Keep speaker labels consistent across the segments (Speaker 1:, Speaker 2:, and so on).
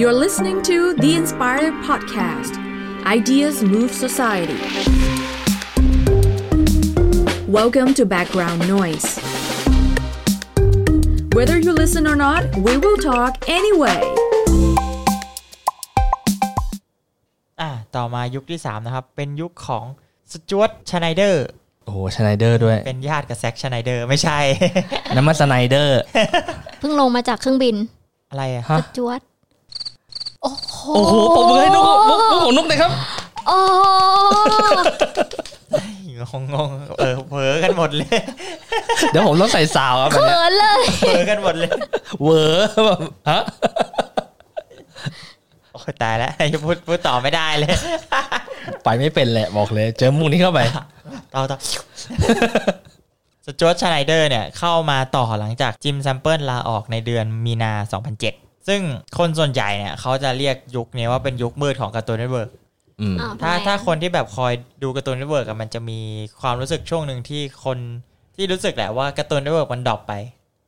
Speaker 1: You're listening to The Inspired Podcast Ideas Move Society. Welcome to Background Noise. Whether you listen or not, we will talk anyway.
Speaker 2: อ่าต่อมายุคที่ 3 นะครับ เป็นยุคของสจวตชไนเดอร์
Speaker 3: โอ้โหชไนเดอร์ด้วย
Speaker 2: เป็นญาติกับแซกชไนเดอร์ ไม่ใช่
Speaker 3: น้ำมันสไนเดอร์
Speaker 4: เพิ่งลงมาจากเครื่องบิน
Speaker 2: อะไรอะ
Speaker 3: ฮะ
Speaker 4: จวด โอ้โห
Speaker 3: โอ้โหผมเลยนุกนุกนุกของนุกเลยครับ
Speaker 4: โอ้โห
Speaker 2: งงงงเออเผลอกันหมดเลย
Speaker 3: เดี๋ยวผมต้องใส่สาวครับแบบ
Speaker 4: เขิ
Speaker 3: เนี้ย
Speaker 4: นเลย
Speaker 2: เผลอกันหมดเลย
Speaker 3: เวอร์แบบฮะ
Speaker 2: โอ้ยตายแล้ว พูดพูดต่อไม่ได้เลย
Speaker 3: ไปไม่เป็นแหละบอกเลย เจอมุกนี้เข้าไป
Speaker 2: เราต่อ สจวตชไนเดอร์เนี่ย เข้ามาต่อหลังจากจิมแซมเปิลลาออกในเดือนมีนา 2007 ซึ่งคนส่วนใหญ่เนี่ย เขาจะเรียกยุคนี้ว่าเป็นยุคมืดของการ์ตูนเน็ตเวิร์ก
Speaker 3: อืม
Speaker 4: อ้าว
Speaker 2: ถ้า
Speaker 4: ทำไม
Speaker 2: ถ้าคนที่แบบคอยดูการ์ตูนเน็ตเวิร์กอะมันจะมีความรู้สึกช่วงหนึ่งที่คนที่รู้สึกแหละว่าการ์ตูนเน็ตเวิร์กมันดรอปไป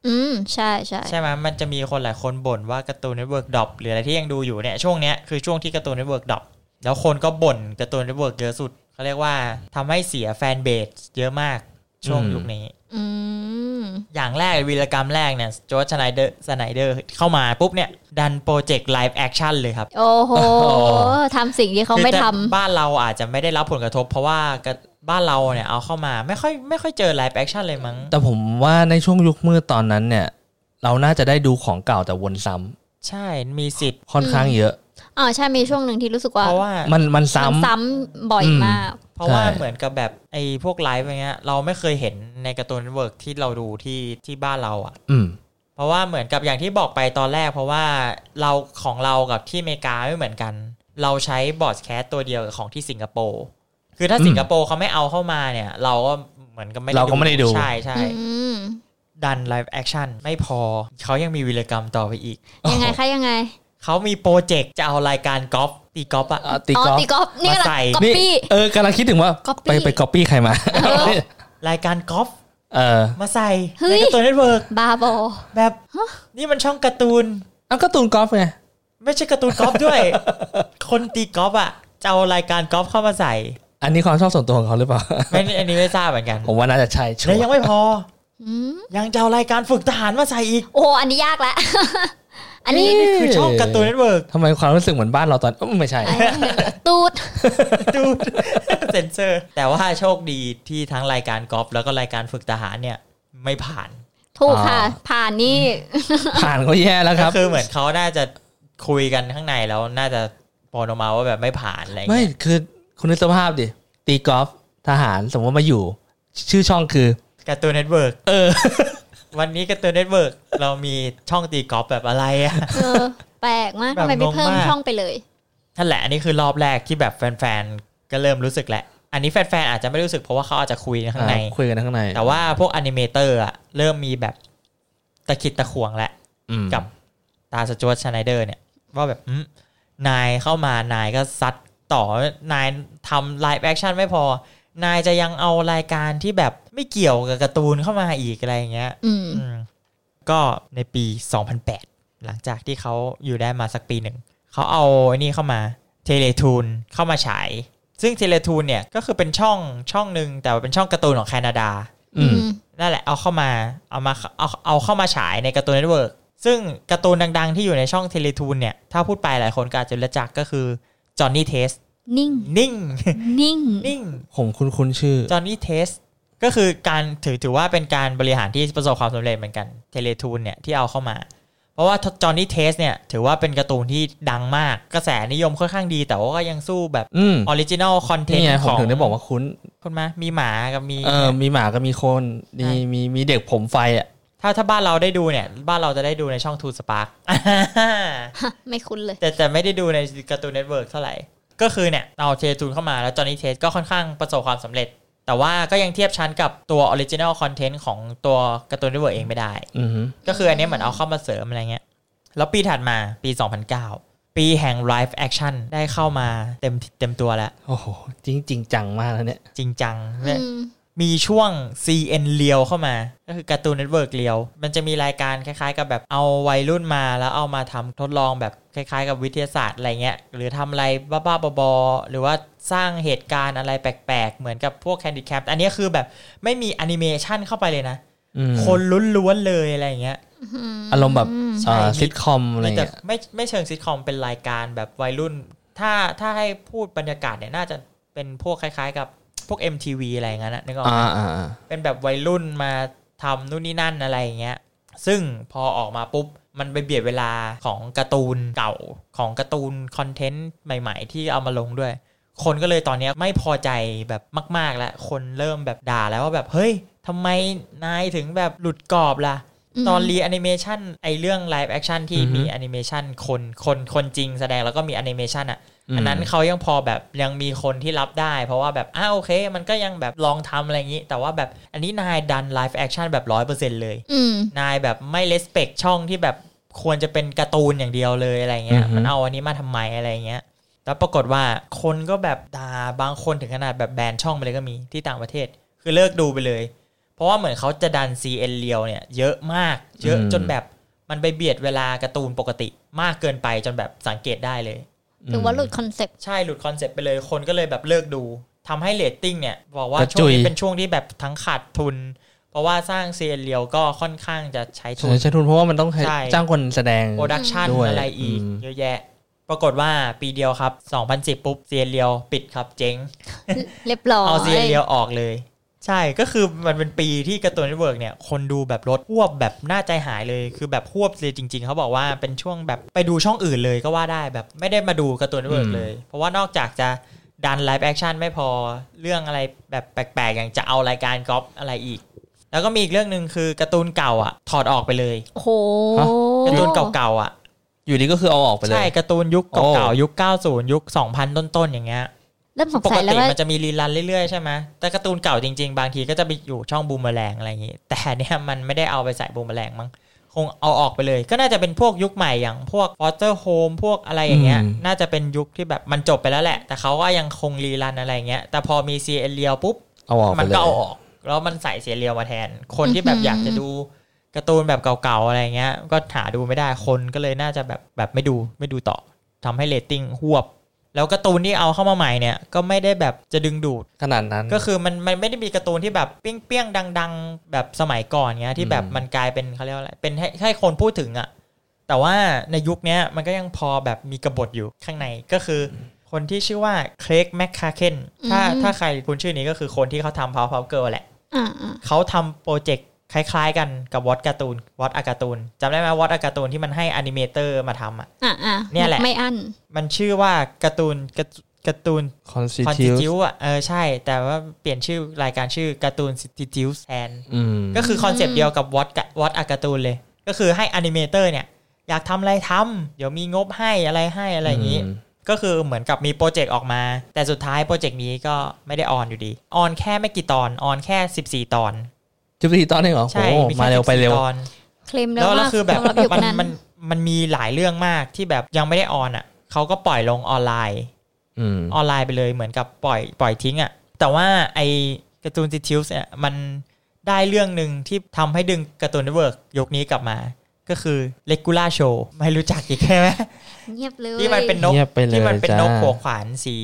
Speaker 4: อืม ใช่ใช่
Speaker 2: ใช่ไหมมันจะมีคนหลายคนบ่นว่าการ์ตูนเน็ตเวิร์กดรอปหรืออะไรที่ยังดูอยู่เนี่ยช่วงเนี้ยคือช่วงที่การ์ตูนเน็ตเวิร์กดรอปแล้วคนก็บ่นการ์ตูนเน็ตเวิร์กเยอะสุดเขาเรียกว่าทำให้เสียแฟนเบสเยอะมากช่วง
Speaker 3: อืม
Speaker 2: ยุคนี้
Speaker 4: อืม
Speaker 2: อย่างแรกวีรกรรมแรกเนี่ยจอร์จสไนเดอร์สไนเดอร์เข้ามาปุ๊บเนี่ย ดันโปรเจกต์ไลฟ์แอคชั่นเลยครับ
Speaker 4: โอ้โห
Speaker 3: โอ้โห
Speaker 4: ทำสิ่งที่เขา
Speaker 2: คื
Speaker 4: ไม่
Speaker 2: อแต่
Speaker 4: ท
Speaker 2: บ้านเราอาจจะไม่ได้รับผลกระทบ เพราะว่าบ้านเราเนี่ยเอาเข้ามาไม่ค่อยไม่ค่อยเจอไลฟ์แอคชั่นเลยมั้ง
Speaker 3: แต่ผมว่าในช่วงยุคมืดตอนนั้นเนี่ย เราน่าจะได้ดูของเก่าแต่วนซ้ำ
Speaker 2: ใช่มีสิทธิ์
Speaker 3: ค่อนข้างเยอะ
Speaker 4: ำอ๋อใช่มีช่วงหนึ่งที่รู้สึกว่า
Speaker 2: เพราะว่า
Speaker 3: มันมัน
Speaker 4: ซ้
Speaker 3: ซ้ำ
Speaker 4: ำซ้ำบ่อย
Speaker 3: อืม
Speaker 4: มาก
Speaker 2: เพราะว่า
Speaker 3: ใช่
Speaker 2: เหมือนกับแบบไอ้พวกไลฟ์อย่างเงี้ยเราไม่เคยเห็นในการ์ตูนเน็ตเวิร์กที่เราดูที่ที่บ้านเราอะ่ะ
Speaker 3: อืม
Speaker 2: เพราะว่าเหมือนกับอย่างที่บอกไปตอนแรก เพราะว่าเราของเรากับที่อเมริกาไม่เหมือนกัน เราใช้บอร์ดแคสต์ตัวเดียวกับของที่สิงคโปร์คือถ้า
Speaker 3: อืม
Speaker 2: สิงคโปร์เขาไม่เอาเข้ามาเนี่ย เราก็เหมือนกับไม่
Speaker 3: เราก็ไม่ได้ดู
Speaker 2: ใช่ใช่
Speaker 4: อืม
Speaker 2: ดันไลฟ์แอคชั่นไม่พอเขายังมีวิรกรรมต่อไปอีก
Speaker 4: ยังไงคะยังไง
Speaker 2: เขามีโปรเจกต์จะเอารายการกอล์ฟตีกอล์ฟอะ
Speaker 3: อ่ะตี
Speaker 4: อ๋อก
Speaker 3: อล์ฟ
Speaker 4: ตีกอล์ฟนี่แหละ
Speaker 2: มาใส่
Speaker 4: กอป
Speaker 3: นี่
Speaker 4: ปี้
Speaker 3: เออกำลังคิดถึงว่า
Speaker 4: Copy
Speaker 3: ไปไปก๊อปปี้ใครมา
Speaker 2: รายการกอล์ฟ
Speaker 3: เออ
Speaker 2: มาใส่
Speaker 4: เฮ้
Speaker 2: ใน
Speaker 4: ย
Speaker 2: การ์ตูนเน็ตเวิร์ก
Speaker 4: บาบอ
Speaker 2: แบบนี่มันช่องการ์ตูน
Speaker 3: เอาก็ตูนกอล์ฟไง
Speaker 2: ไม่ใช่การ์ตูนกอล์ฟ ด้วย คนตีกอล์ฟอ่ะจะเอารายการกอล์ฟเข้ามาใส่
Speaker 3: อันนี้ความชอบส่วนตัวของเขาหรือเปล่า
Speaker 2: ไม่อันนี้ไม่ทราบเหมือนกัน
Speaker 3: ผมว่าน่าจะใช่ชัว
Speaker 2: แล้วยัง
Speaker 3: ร์
Speaker 2: ไม่พอ
Speaker 4: อืม
Speaker 2: ยังจะเอารายการฝึกทหารมาใส่อีก
Speaker 4: โอ้โหอันนี้ยากละ อันนี้
Speaker 2: นี่คือช่องการ์ตูนเน็ตเวิร์ก
Speaker 3: ทำไมความรู้สึกเหมือนบ้านเราตอนเอ้อไม่ ใช่
Speaker 4: ตูด
Speaker 2: ดูเซนเซอร์ แต่ว่าโชคดีที่ทั้งรายการกอล์ฟแล้วก็รายการฝึกทหารเนี่ย ไม่ผ่าน
Speaker 4: ถูก
Speaker 3: อ่า
Speaker 4: ค่ะ ผ่านนี่
Speaker 3: ผ่านก็แย่แล้วค
Speaker 2: ก็
Speaker 3: รับ
Speaker 2: คือเหมือนเขาน่าจะคุยกันข้างในแล้วน่าจะพอลออกมาว่าแบบไม่ผ่านอะไร
Speaker 3: ไม่
Speaker 2: เงี้ย
Speaker 3: คือคุณนึกสภาพดิ ตีกอล์ฟทหารสมมติมาอยู่ ชื่อช่องคือ
Speaker 2: การ์ตูนเน็ตเวิร์ก
Speaker 3: เออ
Speaker 2: วันนี้การ์ตูนเน็ตเวิร์กเรามีช่องตีกอล์ฟแบบอะไรอะ
Speaker 4: เออ แปลกมาก
Speaker 2: แบบ
Speaker 4: ทำไมไม่เพิ่ม
Speaker 2: งงมาก
Speaker 4: ช่องไปเลย
Speaker 2: นั่นแหละอันนี้คือรอบแรกที่แบบแฟนๆ ก็เริ่มรู้สึกแหละ อันนี้แฟนๆ อาจจะไม่รู้สึกเพราะว่าเขาอาจจะคุยข้างใน
Speaker 3: อ่าคุยกันข้างใน
Speaker 2: แต่ว่าพวกอนิเมเตอร์อะเริ่มมีแบบตะขิดตะขวงแหละ
Speaker 3: อืม
Speaker 2: กับ ตาสจวตชไนเดอร์เนี่ย ว่าแบบอืมนายเข้ามานายก็ซัดต่อนายทำไลฟ์แอคชั่นไม่พอ นายจะยังเอารายการที่แบบไม่เกี่ยวกับการ์ตูนเข้ามาอีกอะไรอย่างเงี้ย
Speaker 4: อืม
Speaker 2: อืมก็ในปี 2008 หลังจากที่เขาอยู่ได้มาสักปีหนึ่ง เขาเอาไอ้นี่เข้ามาเทเลทูนเข้ามาฉาย ซึ่งเทเลทูนเนี่ย ก็คือเป็นช่องช่องหนึ่งแต่ว่าเป็นช่องการ์ตูนของแคนาดา
Speaker 3: อืม
Speaker 2: นั่นแหละเอาเข้ามาเอามาเอาเอาเข้ามาฉายในการ์ตูนเน็ตเวิร์กซึ่งการ์ตูนดังๆ ที่อยู่ในช่องเทเลทูนเนี่ย ถ้าพูดไปหลายคนก็อาจจะรู้จักก็คือจอห์นนี่เทส
Speaker 4: นิ่ง
Speaker 2: นิ่ง
Speaker 4: นิ่ง
Speaker 2: นิ่ง
Speaker 3: ผมคุ้นคุ้นๆชื่อ
Speaker 2: จอห์นนี่เทสก็คือการถือถือว่าเป็นการบริหารที่ประสบความสำเร็จเหมือนกันเทเลทูนเนี่ยที่เอาเข้ามา เพราะว่าจอห์นนี่เทสเนี่ยถือว่าเป็นการ์ตูนที่ดังมากกระแสนิยมค่อนข้างดี แต่ว่าก็ยังสู้แบบ
Speaker 3: อืม
Speaker 2: ออริจินอลคอนเทนต์
Speaker 3: นี่ไงผ
Speaker 2: ข
Speaker 3: ม
Speaker 2: อง
Speaker 3: ถึงได้บอกว่าคุ้น
Speaker 2: คนมามีหมากับมี
Speaker 3: เออ มีหมาก็มีคนมี
Speaker 2: ใช่
Speaker 3: มีมีเด็กผมไฟอ่ะ
Speaker 2: ถ้าถ้าบ้านเราได้ดูเนี่ย บ้านเราจะได้ดูในช่องทูสปาร์
Speaker 4: ไม่คุ้นเลย
Speaker 2: แต่แต่ไม่ได้ดูในการ์ตูนเน็ตเวิร์กเท่าไหร่ ก็คือเนี่ย เอาเทเลทูนเข้ามาแล้วจอห์นนี่เทสก็ค่อนข้างประสบความสำเร็จ แต่ว่าก็ยังเทียบชั้นกับตัวออริจิน l ลคอนเทนต์ของตัวการ์ตูนเน็ตเวิร์กเองไม่ได้
Speaker 3: อืม
Speaker 2: ก็คืออันนี้เหมือนเอาเข้ามาเสริมอะไรเงี้ย แล้วปีถัดมาปี 2009 ปีแห่ง Live Action ได้เข้ามาเต็มเต็มตัวแล้ว
Speaker 3: โอ้โหจริงจริงจังมากแล้วเนี่ย
Speaker 2: จริงจัง
Speaker 4: อืม
Speaker 2: มีช่วง CN เลียวเข้ามา ก็คือการ์ตูนเน็ตเวิร์กเลียว มันจะมีรายการคล้ายๆ กับแบบเอาวัยรุ่นมาแล้วเอามาทำทดลองแบบคล้ายๆ กับวิทยาศาสตร์อะไรเงี้ย หรือทำอะไรบ้าๆบอๆหรือว่าสร้างเหตุการณ์อะไรแปลกๆ เหมือนกับพวกแคนดี้แคปอันนี้คือแบบไม่มีแอนิเมชันเข้าไปเลยนะ
Speaker 3: อืม
Speaker 2: คนล้วนๆเลยอะไรเงี้ย
Speaker 3: อารมณ์แบบ
Speaker 2: ใช่
Speaker 3: อ่า
Speaker 2: มี
Speaker 3: ซิทคอมอะไร
Speaker 2: แต่
Speaker 3: เงี้ย
Speaker 2: ไม่ไม่เชิงซิทคอมเป็นรายการแบบวัยรุ่น ถ้าถ้าให้พูดบรรยากาศเนี่ยน่าจะเป็นพวกคล้ายๆ กับพวก MTV อะไรอย่างนั้นนะนึกออกไหม
Speaker 3: อ่าอ่าอ่า
Speaker 2: เป็นแบบวัยรุ่นมาทำนู่นนี่นั่นอะไรอย่างเงี้ย ซึ่งพอออกมาปุ๊บ มันไปเบียดเวลาของการ์ตูนเก่าของการ์ตูนคอนเทนต์ใหม่ๆ ที่เอามาลงด้วย คนก็เลยตอนเนี้ยไม่พอใจแบบมาก ๆ แล้ว คนเริ่มแบบด่าแล้วว่าแบบเฮ้ยทำไมนายถึงแบบหลุดกรอบล่ะ ตอนรีแอนิเมชันไอเรื่องไลฟ์แอคชั่นที่มีแอนิเมชันคนคนคนจริงแสดงแล้วก็มีแอนิเมชันอ่ะ อันนั้นเขายังพอแบบยังมีคนที่รับได้ เพราะว่าแบบอ้าวโอเค มันก็ยังแบบลองทำอะไรอย่างนี้ แต่ว่าแบบอันนี้นายดันไลฟ์แอคชั่นแบบร้อยเปอร์เซ็นเลย
Speaker 4: อืม
Speaker 2: นายแบบไม่เลสเปกช่องที่แบบควรจะเป็นการ์ตูนอย่างเดียวเลยอะไรเงี้ย มันเอาอันนี้มาทำไมอะไรเงี้ย แล้วปรากฏว่าคนก็แบบด่าบางคนถึงขนาดแบบแบนช่องไปเลยก็มีที่ต่างประเทศ คือเลิกดูไปเลย เพราะว่าเหมือนเขาจะดัน CN เลียวเนี่ยเยอะมาก เยอะจนแบบมันไปเบียดเวลาการ์ตูนปกติมากเกินไปจนแบบสังเกตได้เลย
Speaker 4: ถือว่าหลุดคอนเซ็ปต์
Speaker 2: ใช่ หลุดคอนเซ็ปต์ไปเลยคนก็เลยแบบเลิกดูทำให้เรตติ้งเนี่ย บอกว่าก
Speaker 3: ระ
Speaker 2: ช่
Speaker 3: จุ
Speaker 2: วง
Speaker 3: ย
Speaker 2: นี้เป็นช่วงที่แบบทั้งขาดทุน เพราะว่าสร้างเซียนเลียวก็ค่อนข้างจะใช้ทุน
Speaker 3: ใช่ใช่ทุนเพราะว่ามันต้องให้
Speaker 2: ใช่
Speaker 3: จ้างคนแสดง
Speaker 2: โปรดักชัน
Speaker 3: ด้วย
Speaker 2: อะไรอีก
Speaker 3: อืม
Speaker 2: เยอะแยะ ปรากฏว่าปีเดียวครับ 2010 ปุ๊บเซียนเลียวปิดครับเจ๊ง
Speaker 4: เรียบร้อย
Speaker 2: เอาเซียนเลียวออกเลย ใช่ก็คือมันเป็นปีที่การ์ตูนเน็ตเวิร์กเนี่ย คนดูแบบลดพวบแบบน่าใจหายเลย คือแบบพวบเลยจริง ๆ เขาบอกว่าเป็นช่วงแบบไปดูช่องอื่นเลยก็ว่าได้แบบไม่ได้มาดูการ์ตูนเน็ตเวิร์กเลย เพราะว่านอกจากจะดันไลฟ์แอคชั่นไม่พอเรื่องอะไรแบบแปลกๆ อย่างจะเอารายการก๊อปอะไรอีก แล้วก็มีอีกเรื่องหนึ่งคือการ์ตูนเก่าอ่ะ ถอดออกไปเลย
Speaker 4: โอ้โห
Speaker 3: ฮะ
Speaker 2: การ์ตูนเก่าๆอ่ะ
Speaker 3: อยู่ดีก็คือเอาออกไปเลย
Speaker 2: ใช่การ์ตูนยุค
Speaker 3: โอ้
Speaker 2: เก่าๆยุค 90 ยุค 2000 ต้นๆอย่างเงี้ย
Speaker 4: เริ่มสง
Speaker 2: ป
Speaker 4: สั
Speaker 2: ก
Speaker 4: ยแล้ว
Speaker 2: ติ
Speaker 4: ว่า
Speaker 2: มันจะมีรีรันเรื่อยๆใช่ไหมแต่การ์ตูนเก่าจริงๆ บางทีก็จะไปอยู่ช่องบูมเมอแรงอะไรอย่างงี้ แต่อันเนี่ยมันไม่ได้เอาไปใส่บูมเมอแรงมั้ง คงเอาออกไปเลย ก็น่าจะเป็นพวกยุคใหม่อย่างพวกฟอสเตอร์โฮมพวกอะไรอย่างเงี้ย
Speaker 3: อืม
Speaker 2: น่าจะเป็นยุคที่แบบมันจบไปแล้วแหละ แต่เขาก็ยังคงรีรันอะไรอย่างเงี้ย แต่พอมี CL เลียวปุ๊บ
Speaker 3: เอาออก
Speaker 2: มัน
Speaker 3: ไปเลย
Speaker 2: ก็เอาออก แล้วมันใส่เสียเรียวมาแทน คนที่แบบอยากจะดูการ์ตูนแบบเก่าๆอะไรเงี้ย ก็หาดูไม่ได้คนก็เลยน่าจะแบบแบบไม่ดูไม่ดูต่อทำให้เรตติ้งหวบ แล้วการ์ตูนที่เอาเข้ามาใหม่เนี่ยก็ไม่ได้แบบจะดึงดูด
Speaker 3: ขนาดนั้น
Speaker 2: ก็คือมันมันไม่ได้มีการ์ตูนที่แบบเปี้ยงๆดัง ๆ แบบสมัยก่อนเงี้ยที่แบบ
Speaker 3: อืม
Speaker 2: มันกลายเป็นเขาเรียกว่าอะไรเป็นให้ให้คนพูดถึงอะแต่ว่าในยุคเนี้ยมันก็ยังพอแบบมีกบฏอยู่ข้างในก็คือ คนที่ชื่อว่าเครกแมคคาเคนถ้าถ้าใครคุณชื่อนี้ก็คือคนที่เขาทำพาวพาวเกิลแหละ
Speaker 4: อ่าอ่า
Speaker 2: เขาทำโปรเจกต์คล้ายๆกันกับวอตการ์ตูนวอตอาการ์ตูนจำได้ไหมวอตอาการ์ตูนที่มันให้อนิเมเตอร์มาทำอ่ะ
Speaker 4: อ่าอ่า
Speaker 2: เนี่ยแหละ
Speaker 4: ไม่อั้น
Speaker 2: มันชื่อว่าการ์ตูนการ์ตูนการ์ตูน
Speaker 3: คอนซิ
Speaker 2: คอน
Speaker 3: ทิ
Speaker 2: ติ
Speaker 3: ว
Speaker 2: จิวอ่ะเออใช่ แต่ว่าเปลี่ยนชื่อรายการชื่อการ์ตูนซิติจิวแทน
Speaker 3: อืม
Speaker 2: ก็คือคอนเซปต์เดียวกับวอตวอตอาการ์ตูนเลย ก็คือให้อนิเมเตอร์เนี่ย อยากทำอะไรทำเดี๋ยวมีงบให้อะไรให้อะไรอย่างนี้
Speaker 3: ม
Speaker 2: ก็คือเหมือนกับมีโปรเจกต์ออกมา แต่สุดท้ายโปรเจกต์นี้ก็ไม่ได้ออนอยู่ดี ออนแค่ไม่กี่ตอน ออนแค่ 14 ตอน
Speaker 3: สิบสี่ตอนเองเหรอ
Speaker 2: ใช่
Speaker 3: โอ้โห
Speaker 2: แค่
Speaker 3: มาเร็วไปเร็ว
Speaker 2: 14ตอน
Speaker 4: เคลมแล้
Speaker 2: แล้ววแล้ว
Speaker 4: ว่า
Speaker 2: คือแบบ
Speaker 4: สำหรับยุค
Speaker 2: มัน
Speaker 4: นั้น
Speaker 2: มันมันมีหลายเรื่องมากที่แบบยังไม่ได้ออนอ่ะเขาก็ปล่อยลงออนไลน์
Speaker 3: อืม
Speaker 2: ออนไลน์ไปเลยเหมือนกับปล่อยปล่อยทิ้งอะ่ะแต่ว่าไอการ์ตูนซิทิวส์เนี่ยมันได้เรื่องหนึ่งที่ทำให้ดึงการ์ตูนเน็ตเวิร์กยกนี้กลับมา ก็คือเลกูล่าโชว์ไม่รู้จักอีกใช่ไหม
Speaker 4: เงียบเลย
Speaker 2: ที่มันเป็นนก
Speaker 3: เงียบไปเลย
Speaker 2: ที่มันเป็นนก
Speaker 3: จ้า
Speaker 2: หัวขวานสี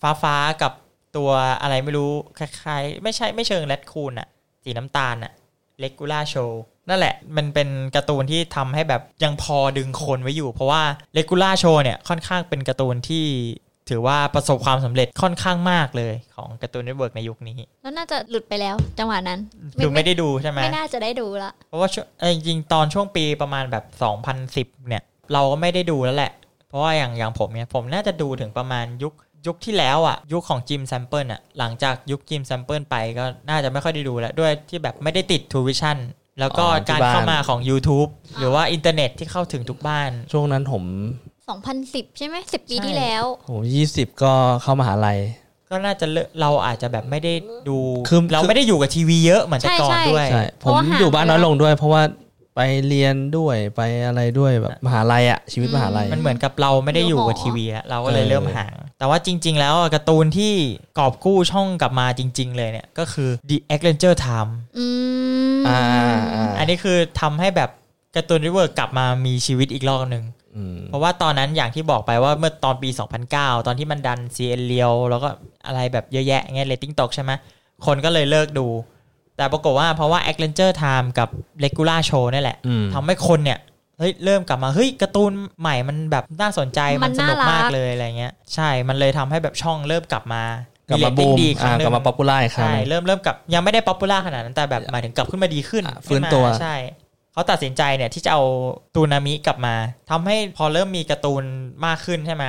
Speaker 2: ฟ้าฟ้าๆกับตัวอะไรไม่รู้คล้ายๆ ไม่ใช่ไม่เชิงแรดคูนอะสีน้ำตาลอะเลกูล่าโชว์นั่นแหละ มันเป็นการ์ตูนที่ทำให้แบบยังพอดึงคนไว้อยู่ เพราะว่าเลกูล่าโชว์เนี่ยค่อนข้างเป็นการ์ตูนที่ถือว่าประสบความสำเร็จค่อนข้างมากเลยของการ์ตูนเน็ตเวิร์กในยุคนี้
Speaker 4: แล้วน่าจะหลุดไปแล้ว จังหวะนั้น
Speaker 2: คือไม่ได้ดูใช่ไหม
Speaker 4: ไม่น่าจะได้ดูละ
Speaker 2: เพราะว่าช่วงเอ่อจริงๆตอนช่วงปีประมาณแบบ 2010 เนี่ย เราก็ไม่ได้ดูแล้วแหละ เพราะว่าอย่างอย่างผมเนี่ย ผมน่าจะดูถึงประมาณยุคยุคที่แล้วอะ่ะ ยุคของจิมแซมเปิลอ่ะ หลังจากยุคจิมแซมเปิลไปก็น่าจะไม่ค่อยได้ดูแล้ว ด้วยที่แบบไม่ได้ติดทูวิชั่นแล้วก็
Speaker 3: อ๋อที่
Speaker 2: การ
Speaker 3: บ้าน
Speaker 2: เข้ามาของ YouTube หรือว่าอินเทอร์เน็ตที่เข้าถึงทุกบ้าน
Speaker 3: ช่วงนั้นผม
Speaker 4: 2010 ใช่ไหม10 ปี
Speaker 2: ใช่
Speaker 4: ที่แล้ว
Speaker 3: ผมยี่สิบก็เข้ามหาลัย
Speaker 2: ก็น่าจะเลอะเราอาจจะแบบไม่ได้ดู
Speaker 3: คือ
Speaker 2: เราไม่ได้อยู่กับทีวีเยอะเหมือนแต่ก่อน
Speaker 4: ใช่ใช่
Speaker 2: ด้วย
Speaker 3: ใช่
Speaker 4: เพ
Speaker 3: ผม
Speaker 4: ราะว่าห่าง
Speaker 3: อยู่บ้าน
Speaker 4: ไป
Speaker 3: น้อย
Speaker 4: แล้ว
Speaker 3: ลงด้วย เพราะว่า ไปเรียนด้วยไปอะไรด้วยแบบมหาลัยอะชีวิต
Speaker 4: อืม
Speaker 3: มหาลัย
Speaker 2: มันเหมือนกับเราไม่ได้อยู่กับทีวีแล้วเราก็เลยเริ่มห่าง แต่ว่าจริง ๆ แล้วอะการ์ตูนที่กอบกู้ช่องกลับมาจริง ๆ เลยเนี่ยก็คือ The Adventure Time
Speaker 4: อืม
Speaker 3: อ่าอ่า
Speaker 2: อันนี้คือทำให้แบบการ์ตูนเวิร์กกลับมามีชีวิตอีกรอบหนึ่ง
Speaker 3: อืม
Speaker 2: เพราะว่าตอนนั้นอย่างที่บอกไปว่าเมื่อตอนปี 2009 ตอนที่มันดัน CN เลียวแล้วก็อะไรแบบเยอะแยะเงี้ยเรตติ้งตกใช่ไหมคนก็เลยเลิกดู แต่ปรากฏว่าเพราะว่า a d v e n t u r e Time กับ Regular Show นี่แหละ
Speaker 3: อืม
Speaker 2: ทำให้คนเนี่ยเฮ้ยเริ่มกลับมาเฮ้ยการ์ตูนใหม่มันแบบน่าสนใจมันสนุกมากเลยอะไรเงี้ยใช่มันเลยทำให้แบบช่องเริ่มกลับมาก
Speaker 3: ลับ
Speaker 2: เร
Speaker 3: มา
Speaker 2: ต
Speaker 3: บู
Speaker 2: ติ้ง
Speaker 3: ม
Speaker 2: ดีอีกค
Speaker 3: อ่า
Speaker 2: รั้งหนึ
Speaker 3: กลับมาป๊อปปูล่าอีกครั้ง
Speaker 2: ใช่เริ่มเริ่มกลับยังไม่ได้ป๊อปปูล่าขนาดนั้นแต่แบบหมายถึงกลับขึ้นมาดีขึ้น
Speaker 3: อ่ะฟื้น
Speaker 2: ขึ้มา
Speaker 3: ตัว
Speaker 2: ใช่ เขาตัดสินใจเนี่ยที่จะเอาตูนามิกลับมาทำให้พอเริ่มมีการ์ตูนมากขึ้นใช่ไหม